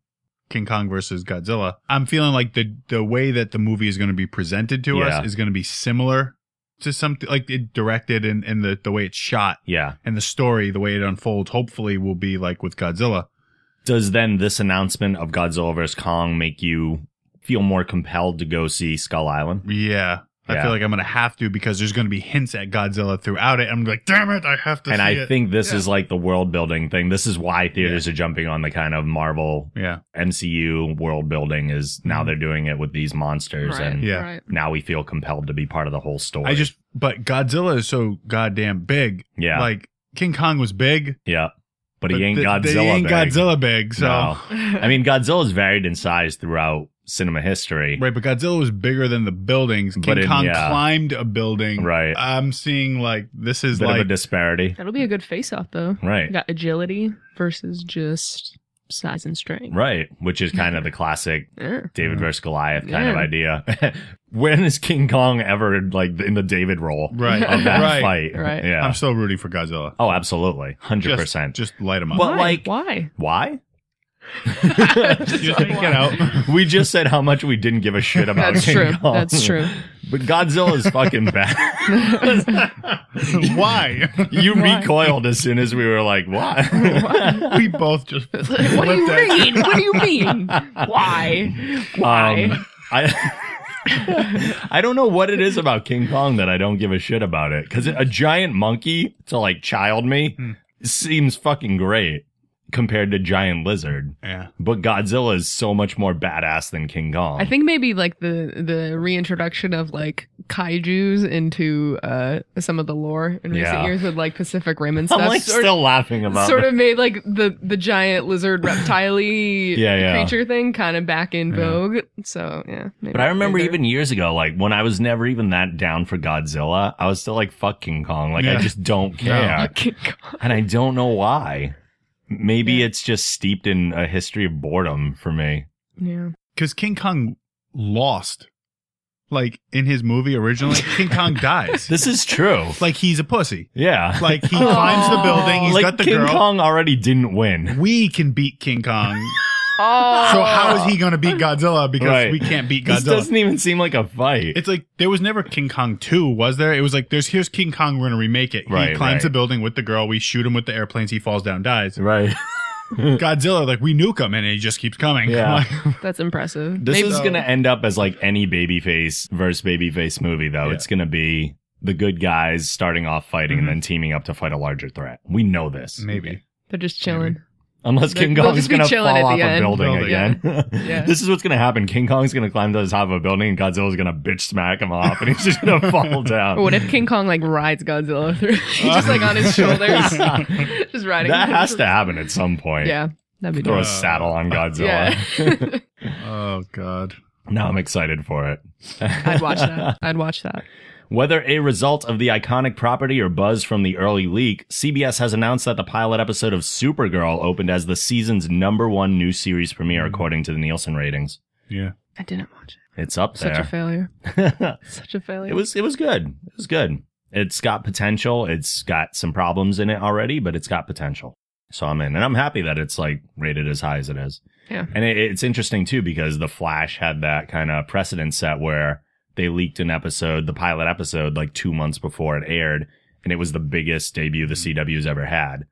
B: King Kong versus Godzilla, I'm feeling like the the way that the movie is going to be presented to
A: Yeah.
B: us is going to be similar to something like it directed and, and the, the way it's shot
A: Yeah.
B: and the story, the way it unfolds, hopefully will be like with Godzilla.
A: does then this announcement of Godzilla vs Kong make you feel more compelled to go see Skull Island?
B: Yeah. I
A: Yeah.
B: feel like I'm going to have to because there's going to be hints at Godzilla throughout it. I'm like, damn it, I have to
A: and
B: see
A: I
B: it."
A: think this
B: Yeah.
A: is like the world building thing. This is why theaters are jumping on the kind of Marvel
B: Yeah.
A: MCU world building is now
B: Mhm.
A: they're doing it with these monsters
C: Right.
A: and
B: Yeah.
C: Right.
A: now we feel compelled to be part of the whole story.
B: I just, but Godzilla is so goddamn big.
A: yeah.
B: Like, King Kong was big,
A: yeah. But,
B: but
A: he ain't
B: th-
A: Godzilla.
B: They ain't
A: big.
B: Godzilla big. So,
A: No. I mean Godzilla's varied in size throughout cinema history.
B: right, but Godzilla was bigger than the buildings.
A: But
B: King
A: in-
B: Kong
A: yeah.
B: climbed a building.
A: Right.
B: I'm seeing like this is
A: Bit of a
B: like
A: disparity.
C: That'll be a good face off though.
A: Right.
C: You got agility versus just size and strength.
A: Right. Which is kind of the classic
C: Yeah.
A: David versus Goliath kind of
C: Yeah.
A: idea. when is King Kong ever like in the David role
B: right,
A: of that
B: right.
A: fight?
C: Right.
A: Yeah.
B: I'm still rooting for Godzilla.
A: oh, absolutely.
B: Just-
A: 100%.
B: Just light him up.
A: But
C: Why?
A: like-
C: why?
A: Why?
B: You think it out.
A: We just said how much we didn't give a shit about.
C: That's
A: King
C: true.
A: Kong.
C: That's true.
A: But Godzilla's fucking bad.
B: Why?
A: you
C: Why?
A: recoiled as soon as we were like, "What?"
B: we both just.
C: what do you
B: flipped it.
C: mean? What do you mean? Why? Why?
A: Um, I I don't know what it is about King Kong that I don't give a shit about it because a giant monkey to like child me
B: Hmm.
A: seems fucking great compared to giant lizard.
B: Yeah.
A: But Godzilla is so much more badass than King Kong.
C: I think maybe like the the reintroduction of like kaiju's into uh some of the lore in recent
A: Yeah.
C: years with like Pacific Rim and stuff.
A: I'm like
C: sort,
A: still laughing about
C: sort
A: it.
C: of made like the the giant lizard reptile
A: Yeah, yeah.
C: creature thing kind of back in
B: Yeah.
C: vogue. So yeah. Maybe,
A: But I remember
C: maybe-
A: even years ago, like when I was never even that down for Godzilla, I was still like fuck King Kong. Like I
B: Yeah.
A: just don't care.
C: King Kong.
A: And I don't know why. Maybe
C: Yeah.
A: it's just steeped in a history of boredom for me.
C: Yeah.
B: Because King Kong lost. Like in his movie originally, King Kong dies.
A: This is true.
B: Like he's a pussy.
A: Yeah.
B: Like he
C: Aw.
B: climbs the building. He's
A: like
B: got the
A: King
B: girl.
A: Kong already didn't win.
B: We can beat King Kong.
C: Oh.
B: So how is he going to beat Godzilla? Because
A: Right.
B: we can't beat
A: This
B: Godzilla.
A: doesn't even seem like a fight.
B: It's like there was never King Kong two, was there? It was like there's here's King Kong, we're gonna remake it.
A: Right,
B: he climbs
A: right.
B: the building with the girl, we shoot him with the airplanes, he falls down, dies.
A: right.
B: Godzilla, like we nuke him and he just keeps coming.
A: Mm. Yeah.
C: That's impressive.
A: This
C: Maybe-
A: is going to end up as like any babyface versus babyface movie, though.
B: Yeah.
A: It's going to be the good guys starting off fighting and
B: Mhm.
A: then teaming up to fight a larger threat. We know this.
B: Maybe.
C: They're just chilling.
A: Unless
C: They-
A: King
C: they'll
A: Kong's
C: just be
A: gonna fall
C: chilling at
A: off
C: the
A: a
C: end.
A: building,
B: Building.
A: again.
C: Yeah.
A: this is what's gonna happen. King Kong's gonna climb to the top of a building, and Godzilla's gonna bitch smack him off, and he's just gonna fall down.
C: Or what if King Kong like rides Godzilla through? He's just like on his shoulders, just riding.
A: that
C: him.
A: has to happen at some point.
C: Yeah, that'd be
A: Throw
C: dope.
A: a saddle on Godzilla.
C: Yeah,
B: Oh god.
A: Now I'm excited for it.
C: I'd watch that. I'd watch that.
A: Whether a result of the iconic property or buzz from the early leak, CBS has announced that the pilot episode of Supergirl opened as the season's number one new series premiere,
C: Mm-hmm.
A: according to the Nielsen ratings.
B: Yeah.
C: I didn't watch it.
A: It's up
C: Such a
A: there.
C: failure. Such a failure.
A: it was it was good. It was good. It's got potential. It's got some problems in it already, but it's got potential. So I'm in, and I'm happy that it's like rated as high as it is.
C: Yeah.
A: and it, it's interesting too because the Flash had that kind of precedent set where they leaked an episode, the pilot episode, like two months before it aired, and it was the biggest debut the CW's ever had.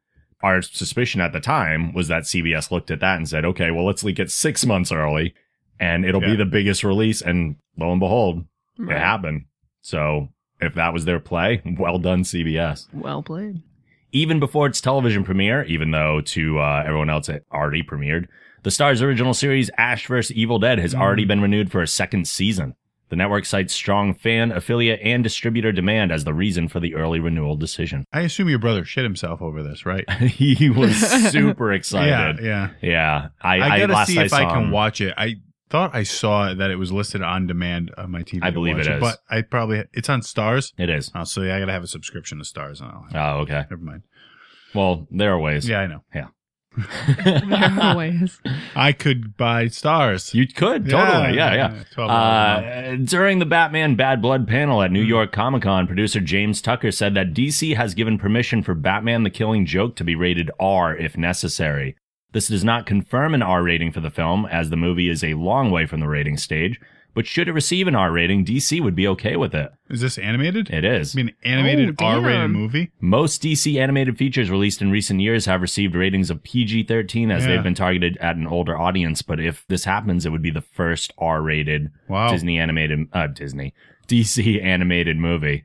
A: Our suspicion at the time was that CBS looked at that and said, "Okay, well, let's leak it six months early, and it'll be
B: Yeah.
A: the biggest release." And lo and behold,
C: Right.
A: it happened. So if that was their play, well done, CBS.
C: Well played.
A: Even before its television premiere, even though to uh, everyone else it already premiered, the Star's original series Ash vs. Evil Dead has
B: Mm.
A: already been renewed for a second season. The network cites strong fan, affiliate, and distributor demand as the reason for the early renewal decision.
B: I assume your brother shit himself over this, right?
A: he was super excited.
B: Yeah, yeah.
A: Yeah, I,
B: I,
A: I,
B: gotta
A: last
B: see
A: I
B: if I
A: saw
B: can
A: him.
B: watch it. I thought I saw that it was listed on demand on my TV.
A: I
B: to
A: believe
B: watch
A: it is.
B: But I probably it's on stars.
A: It is.
B: Oh, so yeah, I gotta have a subscription to stars and I'll have
A: Oh, okay.
B: never mind.
A: Well, there are ways.
B: Yeah, I know.
C: No ways.
B: I could buy stars.
A: You could totally. yeah. yeah.
B: Twelve dollars.
A: Uh, during the Batman Bad Blood panel at New
B: Mm-hmm.
A: York Comic Con, producer James Tucker said that DC has given permission for Batman the Killing Joke to be rated R if necessary. This does not confirm an R rating for the film, as the movie is a long way from the rating stage, but should it receive an R rating, DC would be okay with it.
B: Is this animated?
A: It is.
B: I mean, animated
C: Oh, damn.
B: R-rated movie.
A: Most DC animated features released in recent years have received ratings of PG 13 as
B: Yeah.
A: they've been targeted at an older audience, but if this happens, it would be the first R rated
B: Wow.
A: Disney animated, uh, Disney, DC animated movie.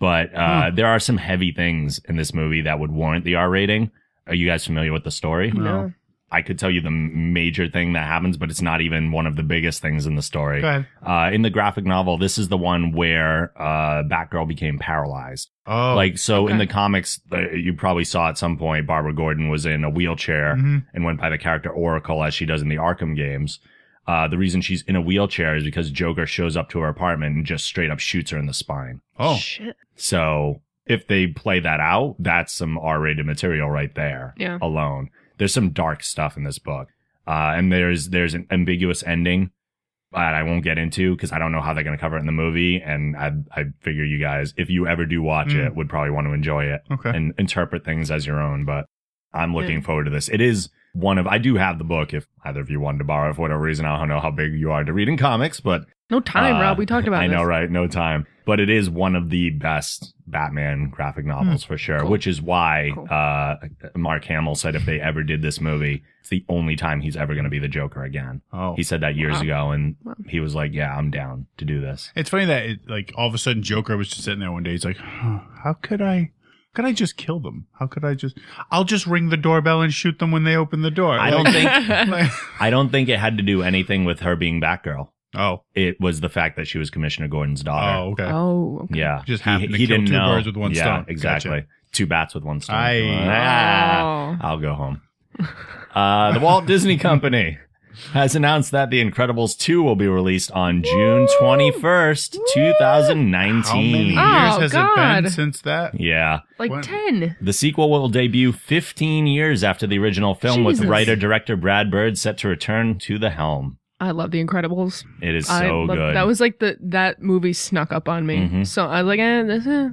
A: But uh,
B: Hmm.
A: there are some heavy things in this movie that would warrant the R rating. Are you guys familiar with the story?
C: No.
A: I could tell you the m- major thing that happens, but it's not even one of the biggest things in the story.
B: Go ahead.
A: Uh, in the graphic novel, this is the one where uh, Batgirl became paralyzed.
B: Oh,
A: Like so in
C: okay.
A: the comics, uh, you probably saw at some point Barbara Gordon was in a wheelchair
B: Mhm.
A: and went by the character Oracle as she does in the Arkham games. Uh, the reason she's in a wheelchair is because Joker shows up to her apartment and just straight up shoots her in the spine.
B: oh,
C: shit.
A: So if they play that out, that's some R-rated material right there.
C: Yeah.
A: Alone, there's some dark stuff in this book, uh, and there's there's an ambiguous ending that I won't get into because I don't know how they're gonna cover it in the movie, and I I figure you guys, if you ever do watch
B: Mm.
A: it, would probably want to enjoy it
B: okay.
A: and interpret things as your own. But I'm looking
C: Yeah.
A: forward to this. It is one of I do have the book if either of you wanted to borrow it for whatever reason. I don't know how big you are to reading comics, but
C: No time,
A: Uh,
C: Rob. We talked about
A: I know,
C: this.
A: right? No time. But it is one of the best Batman graphic novels for sure, which is why
C: Hmm. Cool.
A: uh, Mark Hamill said if they ever did this movie, it's the only time he's ever going to be the Joker again.
B: Oh,
A: He said that years
C: Wow.
A: ago, and
C: Wow.
A: he was like, "Yeah, I'm down to do this."
B: it's funny that it, like all of a sudden Joker was just sitting there one day. He's like, huh, how could I? Could I just kill them? How could I just? I'll just ring the doorbell and shoot them when they open the door.
A: I don't
B: Like-
A: think
B: like-
A: I don't think it had to do anything with her being Batgirl.
B: oh,
A: It was the fact that she was Commissioner Gordon's daughter.
B: oh, okay.
C: Oh, okay.
A: Yeah,
B: Just happened to kill two birds with one
A: yeah,
B: stone. Gotcha.
A: Exactly, two bats with one stone.
B: Aye.
A: Ah. I'll go home. Uh, the Walt Disney Company has announced that The Incredibles 2 will be released on June 21st, 2019.
B: How many
C: Oh,
B: years has it been
C: God.
B: since that?
A: Yeah.
C: Like
B: What?
C: 10.
A: The sequel will debut 15 years after the original film with
C: Jesus.
A: writer director Brad Bird set to return to the helm.
C: I love The Incredibles.
A: It is
C: I
A: so
C: love,
A: good.
C: That was like the that movie snuck up on me.
A: Mhm.
C: So I was like, eh, this, eh,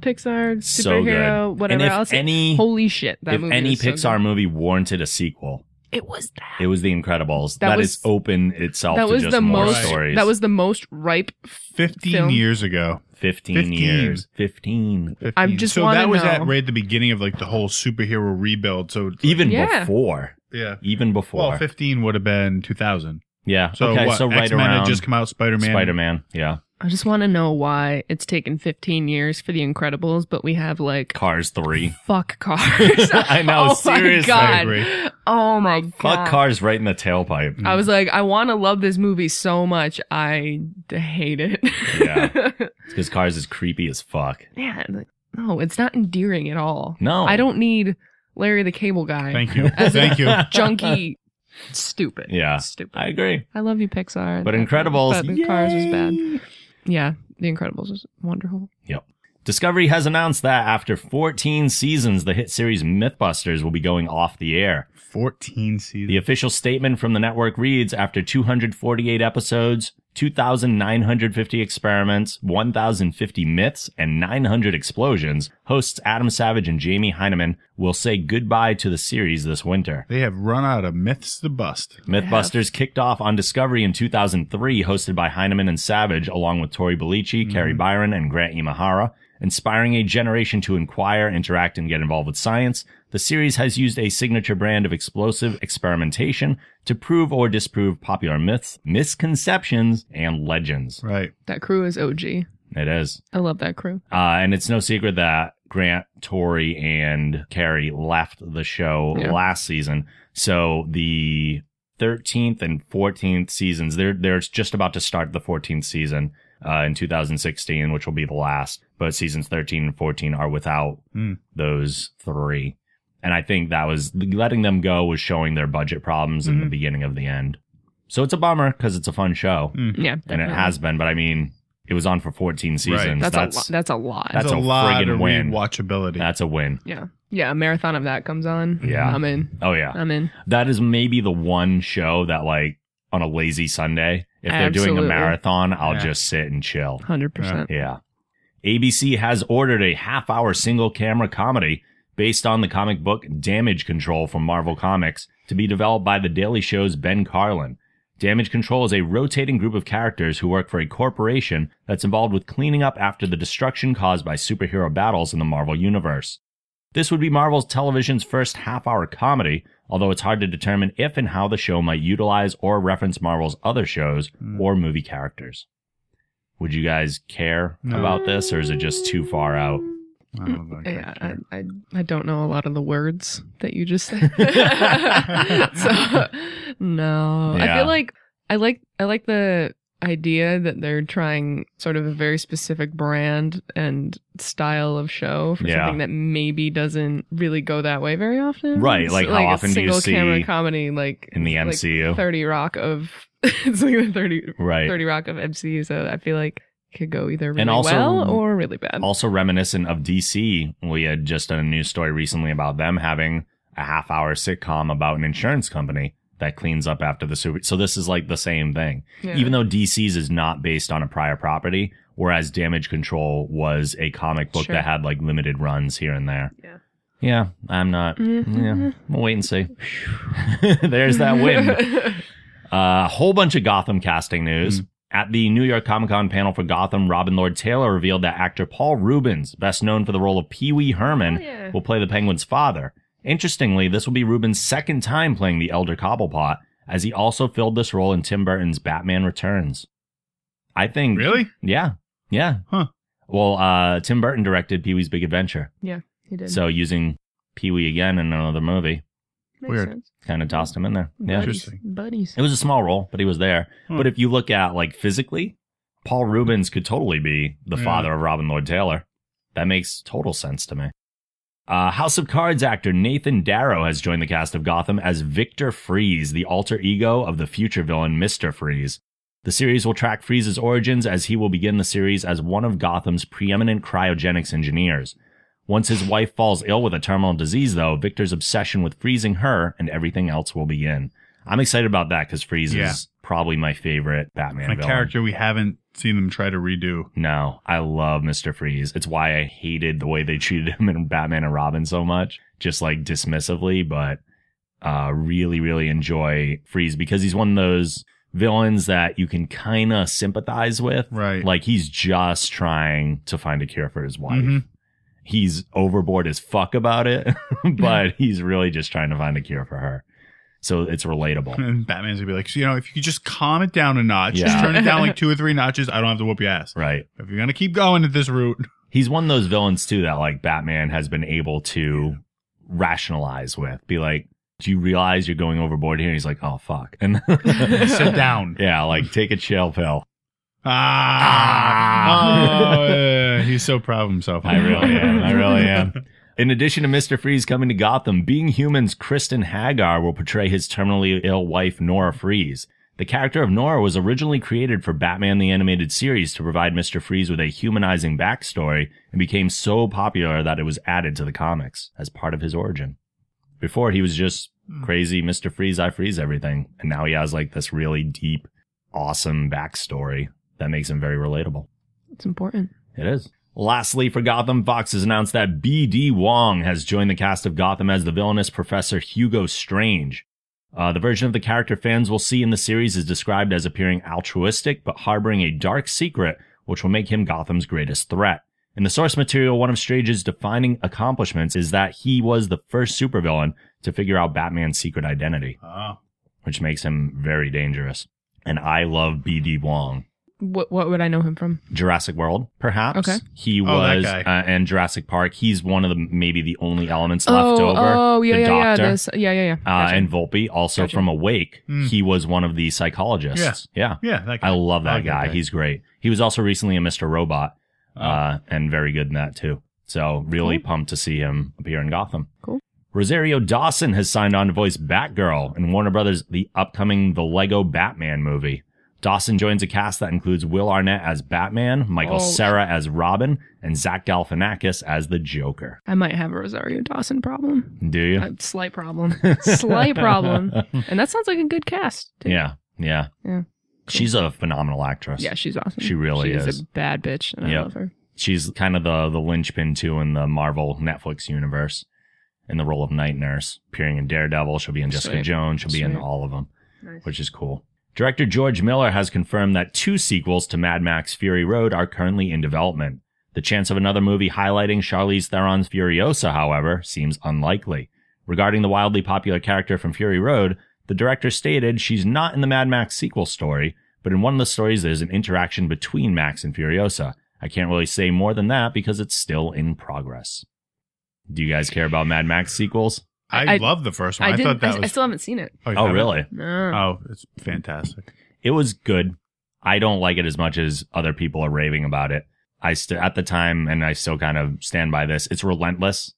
C: Pixar,
A: so good.
C: superhero, whatever
A: and if
C: else.
A: any,
C: Holy shit! That
A: if
C: movie
A: any
C: was so
A: Pixar
C: good.
A: movie warranted a sequel,
C: it was that.
A: it was The Incredibles.
C: That
A: That
C: was-
A: is open itself
C: That
A: to
C: was
A: just
C: the
A: more
C: most.
A: stories.
C: That was the most ripe.
B: Fifteen
C: Film.
B: years ago.
A: 15,
B: 15.
A: years. 15.
B: 15.
C: just
B: so
C: wanna
B: that was
C: know.
B: at right at the beginning of like the whole superhero rebuild. So it's like-
A: Even
C: Yeah.
A: before.
B: yeah.
A: Even before.
B: Well, 15 would have been 2000.
A: yeah.
B: So
A: okay,
B: what?
A: so right
B: X-Men
A: around
B: had just come out. Spider Man.
A: Spider-Man. Yeah.
C: I just want to know why it's taken 15 years for The Incredibles, but we have like
A: Cars 3.
C: fuck cars.
A: I know,
C: Oh
A: seriously.
B: I
C: my god.
B: agree.
C: Oh my god.
A: Fuck cars right in the tailpipe.
B: Mm.
C: I was like, I want to love this movie so much. I d- hate it.
A: Yeah. Because cars is creepy as fuck.
C: yeah. Like, no, it's not endearing at all.
A: No.
C: I don't need Larry the Cable Guy.
B: Thank you.
C: As a
B: Thank you.
C: Junkie. Stupid.
A: Yeah.
C: Stupid.
A: I agree.
C: I love you, Pixar.
A: But Incredibles.
C: But the Cars was bad.
A: yay.
C: Yeah. The Incredibles was wonderful.
A: Discovery has announced that after 14 seasons, the hit series Mythbusters will be going off the air.
B: 14
A: The
B: seasons.
A: official statement from the network reads after 248 episodes, 2,950 experiments, 1,050 myths, and 900 explosions, hosts Adam Savage and Jamie Heineman will say goodbye to the series this winter.
B: They have run out of myths to bust.
A: Mythbusters kicked off on Discovery in 2003, hosted by Heineman and Savage, along with Tori Belici, Carrie Byron, and Grant Imahara. Inspiring a generation to inquire, interact, and get involved with science, the series has used a signature brand of explosive experimentation to prove or disprove popular myths, misconceptions, and legends.
B: Right.
C: That crew is OG.
A: It is.
C: I love that crew.
A: Uh, and it's no secret that Grant, Tori, and Carrie left the show
C: Yeah.
A: last season. So the 13th and 14th seasons, they're, they're just about to start the 14th season uh, in 2016, which will be the last. But seasons 13 and 14 are without
B: Hmm.
A: those three. And I think that was letting them go was showing their budget problems in the
B: Mhm.
A: beginning of the end. So it's a bummer because it's a fun show
C: Yeah.
A: and it
C: definitely.
A: has been, but I mean, it was on for 14 seasons.
B: Right.
C: That's,
A: That's,
C: a lot. That's a lot.
A: That's
B: That's
A: a
B: a, lot
A: friggin'
B: of
A: win.
B: rewatchability.
A: That's a win.
C: yeah. Yeah. A marathon of that comes on.
A: Yeah.
C: I'm in.
A: Oh yeah.
C: I'm in.
A: That is maybe the one show that like on a lazy Sunday, if they're doing a
C: Absolutely.
A: marathon, I'll
B: Yeah.
A: just sit and chill.
C: 100%.
A: Yeah. ABC has ordered a half hour single camera comedy based on the comic book Damage Control from Marvel Comics to be developed by The Daily Show's Ben Carlin. Damage Control is a rotating group of characters who work for a corporation that's involved with cleaning up after the destruction caused by superhero battles in the Marvel Universe. This would be Marvel's television's first half hour comedy, although it's hard to determine if and how the show might utilize or reference Marvel's other shows
B: Hmm. Mm,
A: or movie characters. Would you guys care
B: No.
A: about this, or is it just too far out?
B: I don't know if I
C: Yeah, I,
B: care.
C: I I don't know a lot of the words that you just said. so no, I
A: Yeah.
C: feel like I like I like the idea that they're trying sort of a very specific brand and style of show for
A: Yeah.
C: something that maybe doesn't really go that way very often.
A: Right,
C: It's
A: like, how
C: a
A: often do you
C: single camera
A: see
C: comedy like
A: in the
C: like
A: MCU?
C: Thirty Rock of it's like the 30,
A: Right.
C: 30 Rock of MCU. So I feel like it could go either really
A: also-
C: well or really bad.
A: Also reminiscent of DC. We had just done a news story recently about them having a half hour sitcom about an insurance company that cleans up after the super. So this is like the same thing.
C: Yeah.
A: Even though DC's is not based on a prior property, whereas Damage Control was a comic book
C: Sure.
A: that had like limited runs here and there.
C: Yeah. Mm-hmm.
A: Yeah, I'm not. Yeah, we'll wait and see. There's that win. A whole bunch of Gotham casting
B: Hmm.
A: news. At the New York Comic Con panel for Gotham, Robin Lord Taylor revealed that actor Paul Rubens, best known for the role of Pee Wee Herman,
C: Oh, yeah.
A: will play the Penguin's father. Interestingly, this will be Rubens' second time playing the Elder Cobblepot, as he also filled this role in Tim Burton's Batman Returns. I think.
B: Really?
A: Yeah. Yeah.
B: Huh.
A: Well, uh, Tim Burton directed Pee Wee's Big Adventure.
C: Yeah, he did.
A: So using Pee Wee again in another movie
C: Makes
B: weird.
C: sense.
A: kind of tossed him in there. Yeah.
C: Buddies,
B: Interesting.
C: Buddies.
A: It was a small role, but he was there.
B: Hmm.
A: But if you look at like physically, Paul Rubens could totally be the
B: Yeah.
A: father of Robin Lord Taylor. That makes total sense to me. Uh, House of Cards actor Nathan Darrow has joined the cast of Gotham as Victor Freeze, the alter ego of the future villain Mr. Freeze. The series will track Freeze's origins as he will begin the series as one of Gotham's preeminent cryogenics engineers. Once his wife falls ill with a terminal disease, though, Victor's obsession with freezing her and everything else will begin. I'm excited about that because Freeze
B: Yeah.
A: is probably my favorite Batman
B: And a
A: villain.
B: character we haven't seen them try to redo.
A: No, I love Mr. Freeze. It's why I hated the way they treated him in Batman and Robin so much, just like dismissively, but uh really really enjoy Freeze because he's one of those villains that you can kind of sympathize with.
B: Right.
A: Like he's just trying to find a cure for his wife.
B: Mhm.
A: He's overboard as fuck about it, but he's really just trying to find a cure for her. So it's relatable.
B: And Batman's gonna be like, so, you know, if you could just calm it down a notch, just
A: Yeah.
B: turn it down like two or three notches, I don't have to whoop your ass.
A: right.
B: If you're gonna keep going at this route,
A: he's one of those villains too that like Batman has been able to rationalize with. Be like, do you realize you're going overboard here? And he's like, oh fuck, and
B: sit down.
A: yeah, like take a chill pill.
B: Ah,
A: Ah.
B: Oh, yeah, he's so proud of himself.
A: I really am. I really am. In addition to Mr. Freeze coming to Gotham, Being Human's Kristen Hagar will portray his terminally ill wife, Nora Freeze. The character of Nora was originally created for Batman the Animated Series to provide Mr. Freeze with a humanizing backstory and became so popular that it was added to the comics as part of his origin. Before, he was just crazy Mr. Freeze, I freeze everything. And now he has like this really deep, awesome backstory that makes him very relatable.
C: It's important.
A: It is. Lastly, for Gotham, Fox has announced that B.D. Wong has joined the cast of Gotham as the villainous Professor Hugo Strange. Uh, the version of the character fans will see in the series is described as appearing altruistic but harboring a dark secret, which will make him Gotham's greatest threat. In the source material, one of Strange's defining accomplishments is that he was the first supervillain to figure out Batman's secret identity,
B: Ah.
A: which makes him very dangerous. And I love B.D. Wong.
C: What What would I know him from?
A: Jurassic World, perhaps.
C: Okay.
A: He
B: Oh, that
A: was,
B: guy.
A: uh, and Jurassic Park. He's one of the maybe the only elements left
C: oh,
A: over.
C: oh, yeah,
A: the
C: yeah,
A: doctor.
C: yeah, this, yeah, yeah, yeah.
A: Uh,
C: Gotcha.
A: and Volpe, also
C: Gotcha.
A: from Awake,
B: Hmm.
A: he was one of the psychologists. Yeah.
B: Yeah, that guy.
A: I love that
B: like that
A: guy.
B: guy.
A: He's great. He was also recently a Mr. Robot, uh, and very good in that too. So really pumped to see him appear in Gotham.
C: Cool.
A: Rosario Dawson has signed on to voice Batgirl in Warner Brothers' the upcoming The Lego Batman movie. Dawson joins a cast that includes Will Arnett as Batman, Michael
C: Oh.
A: Cera as Robin, and Zach Galifianakis as the Joker.
C: I might have a Rosario Dawson problem.
A: Do you?
C: A slight problem. slight problem. And that sounds like a good cast. too.
A: yeah, yeah.
C: Yeah.
A: She's a phenomenal actress.
C: Yeah, she's awesome.
A: She really
C: She's
A: is.
C: a bad bitch, and
A: Yep.
C: I love her.
A: she's kind of the the linchpin too in the Marvel Netflix universe, in the role of Night Nurse, appearing in Daredevil. She'll be in Jessica
C: Sweet.
A: Jones. She'll be in
C: Sweet.
A: all of them,
C: Nice.
A: which is cool. Director George Miller has confirmed that two sequels to Mad Max Fury Road are currently in development. The chance of another movie highlighting Charlize Theron's Furiosa, however, seems unlikely. Regarding the wildly popular character from Fury Road, the director stated she's not in the Mad Max sequel story, but in one of the stories there's an interaction between Max and Furiosa. I can't really say more than that because it's still in progress. Do you guys care about Mad Max sequels?
B: I,
C: I-
B: love the first one.
C: I,
B: I, thought
C: didn't.
B: that
C: I, I
B: was.
C: still haven't seen it.
B: you
A: Oh,
B: haven't?
A: really?
C: No.
B: Oh, it's fantastic.
A: It was good. I don't like it as much as other people are raving about it. I still at the time, and I still kind of stand by this. It's relentless.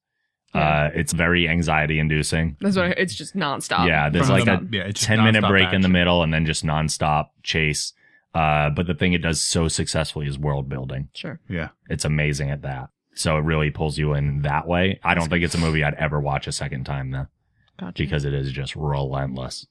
A: Uh, it's very anxiety inducing.
C: That's what I, it's just nonstop.
A: yeah, there's
B: From
A: like
B: the-
A: a
B: yeah, it's just
A: 10 minute
B: nonstop
A: break in the
B: action.
A: middle and then just nonstop chase. Uh, but the thing it does so successfully is world building.
C: Sure.
B: Yeah.
A: It's amazing at that. So it really pulls you in that way. I don't think it's a movie I'd ever watch a second time though
C: Gotcha.
A: because it is just relentless.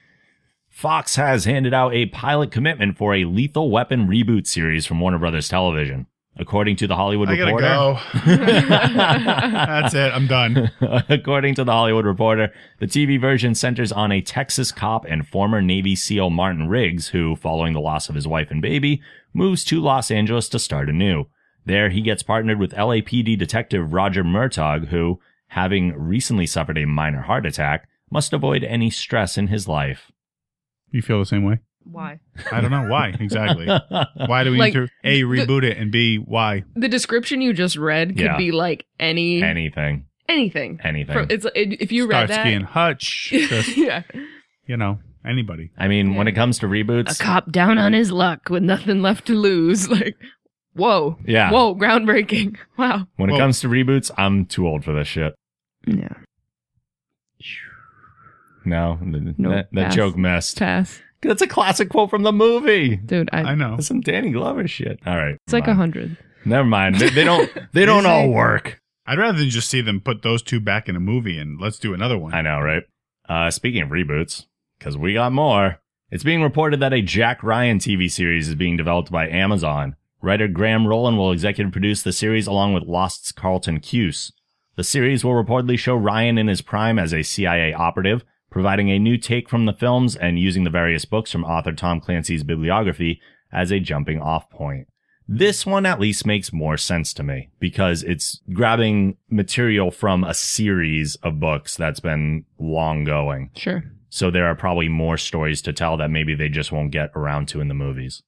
A: Fox has handed out a pilot commitment for a Lethal Weapon reboot series from Warner Brothers Television. According to the Hollywood
B: I gotta
A: Reporter.
B: go. That's it. I'm done.
A: According to the Hollywood Reporter, the TV version centers on a Texas cop and former Navy SEAL Martin Riggs, who, following the loss of his wife and baby, moves to Los Angeles to start anew. There, he gets partnered with LAPD detective Roger Murtaugh, who, having recently suffered a minor heart attack, must avoid any stress in his life.
B: You feel the same way?
C: Why?
B: I don't know why exactly. Why do we
C: Like,
B: need to a reboot it and b why?
C: The description you just read could
A: Yeah.
C: be like any,
A: Anything.
C: anything.
A: Anything.
C: From- it's it, if you read
B: Starsky
C: that.
B: and Hutch. Just,
C: yeah.
B: you know anybody.
A: I mean, when
C: Yeah.
A: it comes to
C: A
A: reboots,
C: cop down on his luck with nothing left to lose. Like, whoa.
A: yeah,
C: Whoa, groundbreaking. Wow.
A: when
B: Whoa.
A: it comes to reboots, I'm too old for this shit.
C: Yeah.
A: No, th-
C: No,
A: that, that
C: pass.
A: joke messed.
C: Pass.
A: That's a classic quote from the movie.
C: Dude, I,
B: I know.
A: That's some Danny Glover shit. Oh. All right,
C: it's like a
A: never mind.
C: hundred.
A: Never mind. They, they don't. They don't
B: Is
A: all
B: it?
A: work.
B: I'd rather than just see them put those two back in a movie and let's do another one.
A: I know, right? Uh, speaking of reboots, because we got more. It's being reported that a Jack Ryan TV series is being developed by Amazon. Writer Graham Rowland will executive produce the series along with Lost's Carlton Cuse. The series will reportedly show Ryan in his prime as a CIA operative, providing a new take from the films and using the various books from author Tom Clancy's bibliography as a jumping off point. This one at least makes more sense to me because it's grabbing material from a series of books that's been long going.
C: Sure.
A: So there are probably more stories to tell that maybe they just won't get around to in the movies.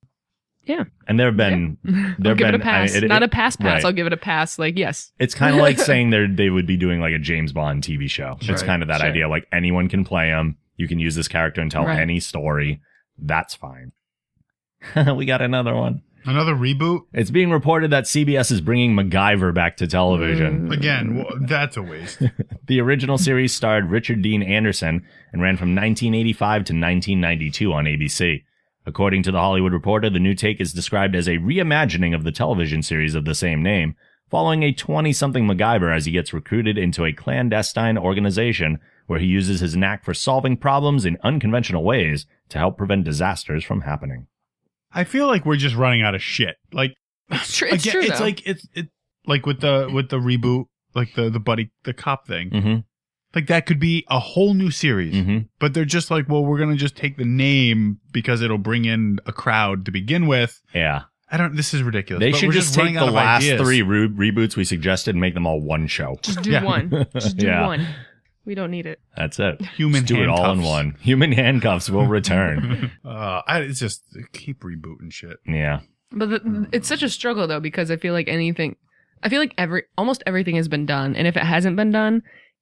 C: Yeah.
A: And there have been,
C: I'll
A: there have
C: give
A: been,
C: it a pass.
A: I mean, it-
C: Not
A: it-
C: a pass pass.
A: right.
C: I'll give it a pass. Like, yes.
A: it's kind of like saying they they would be doing like a James Bond TV show. It's
B: Right.
A: kind of that
C: Sure.
A: idea. Like anyone can play him. You can use this character and tell
C: Right.
A: any story. That's fine. we got another one.
B: Another reboot
A: It's being reported that CBS is bringing MacGyver back to television.
B: again. Well, that's a waste.
A: The original series starred Richard Dean Anderson and ran from 1985 to 1992 on ABC. According to The Hollywood Reporter, the new take is described as a reimagining of the television series of the same name, following a 20 something MacGyver as he gets recruited into a clandestine organization where he uses his knack for solving problems in unconventional ways to help prevent disasters from happening.
B: I feel like we're just running out of shit. Like
C: It's true. It's
B: again,
C: true.
B: it's
C: though.
B: like it's it like with the with the reboot, like the the buddy the cop thing.
A: Mm-hmm.
B: Like that could be a whole new series.
A: Mm-hmm.
B: But they're just like, well, we're gonna just take the name because it'll bring in a crowd to begin with.
A: Yeah.
B: I don't. This is ridiculous.
A: They
B: but
A: should
B: we're
A: just
B: running
A: take the
B: out of
A: last
B: ideas.
A: three re- reboots we suggested and make them all one show.
C: just do
B: Yeah.
C: one. Just do
A: Yeah.
C: one. We don't need it.
A: That's it.
B: human
A: Just do it all in
B: handcuffs.
A: one. Human handcuffs will return.
B: Uh, I it's just keep rebooting shit.
A: yeah.
C: But the, it's such a struggle though because I feel like anything, I feel like every almost everything has been done, and if it hasn't been done,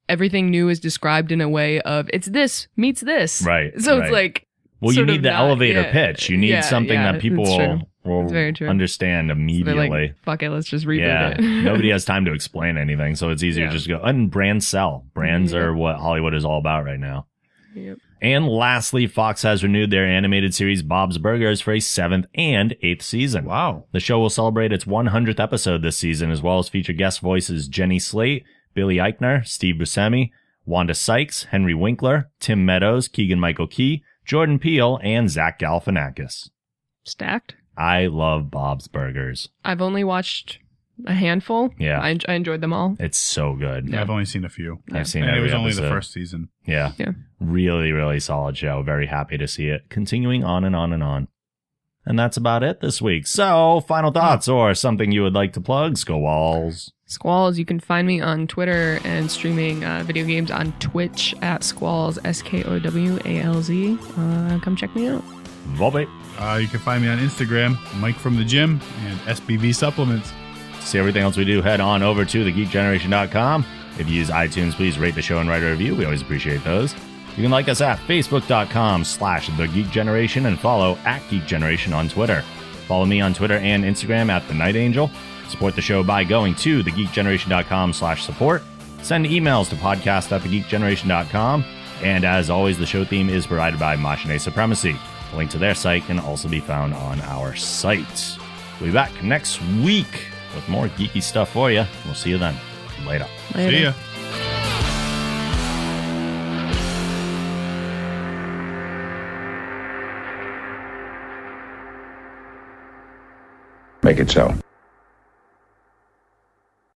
C: everything new is described in a way of it's this meets this.
A: Right.
C: So
A: right.
C: it's like
A: well, you
C: sort of
A: need the
C: not-
A: elevator
C: yeah,
A: pitch. You need
C: yeah,
A: something
C: yeah,
A: that people
C: it's
A: will,
C: true.
A: will
C: It's very true.
A: understand
C: they're
A: immediately.
C: like fuck it, let's just reboot
A: yeah.
C: it.
A: Nobody has time to explain anything, so it's easier
C: Yeah.
A: just to go and brand sell. Brands
C: Yeah.
A: are what Hollywood is all about right now.
C: Yep.
A: And lastly, Fox has renewed their animated series Bob's Burgers for a seventh and eighth season.
B: Wow.
A: The show will celebrate its 100th episode this season, as well as feature guest voices Jenny Slate, Billy Eichner, Steve Buscemi, Wanda Sykes, Henry Winkler, Tim Meadows, Keegan Michael Key, Jordan Peele, and Zach Galifianakis.
C: Stacked.
A: I love Bob's Burgers.
C: I've only watched a handful.
A: Yeah.
C: I, en- I enjoyed them all.
A: It's so good.
B: I've only seen a few.
C: Yeah.
A: I've seen
B: and it
A: every
B: was only the
A: episode.
B: first season.
A: Yeah.
C: Yeah.
A: Really, really solid show. Very happy to see it continuing on and on and on. And that's about it this week. So, final thoughts or something you would like to plug, Skowalls.
C: Squalls. You can find me on Twitter and streaming uh, video games on Twitch at Squalls S K O W A L Z. Uh, come check me out.
A: Bobby.
B: Uh, you can find me on Instagram, Mike from the gym, and SBV Supplements.
A: To see everything else we do, head on over to thegeekgeneration.com. If you use iTunes, please rate the show and write a review. We always appreciate those. You can like us at facebook.com slash the Geek Generation and follow at Geek Generation on Twitter. Follow me on Twitter and Instagram at the Night Angel. Support the show by going to thegeekgeneration.com slash support. Send emails to podcast at thegeekgeneration.com. And as always, the show theme is provided by Machine Supremacy. A link to their site can also be found on our site. We'll be back next week with more geeky stuff for you. We'll see you then. Later.
C: Later.
B: See ya.
F: Make it so.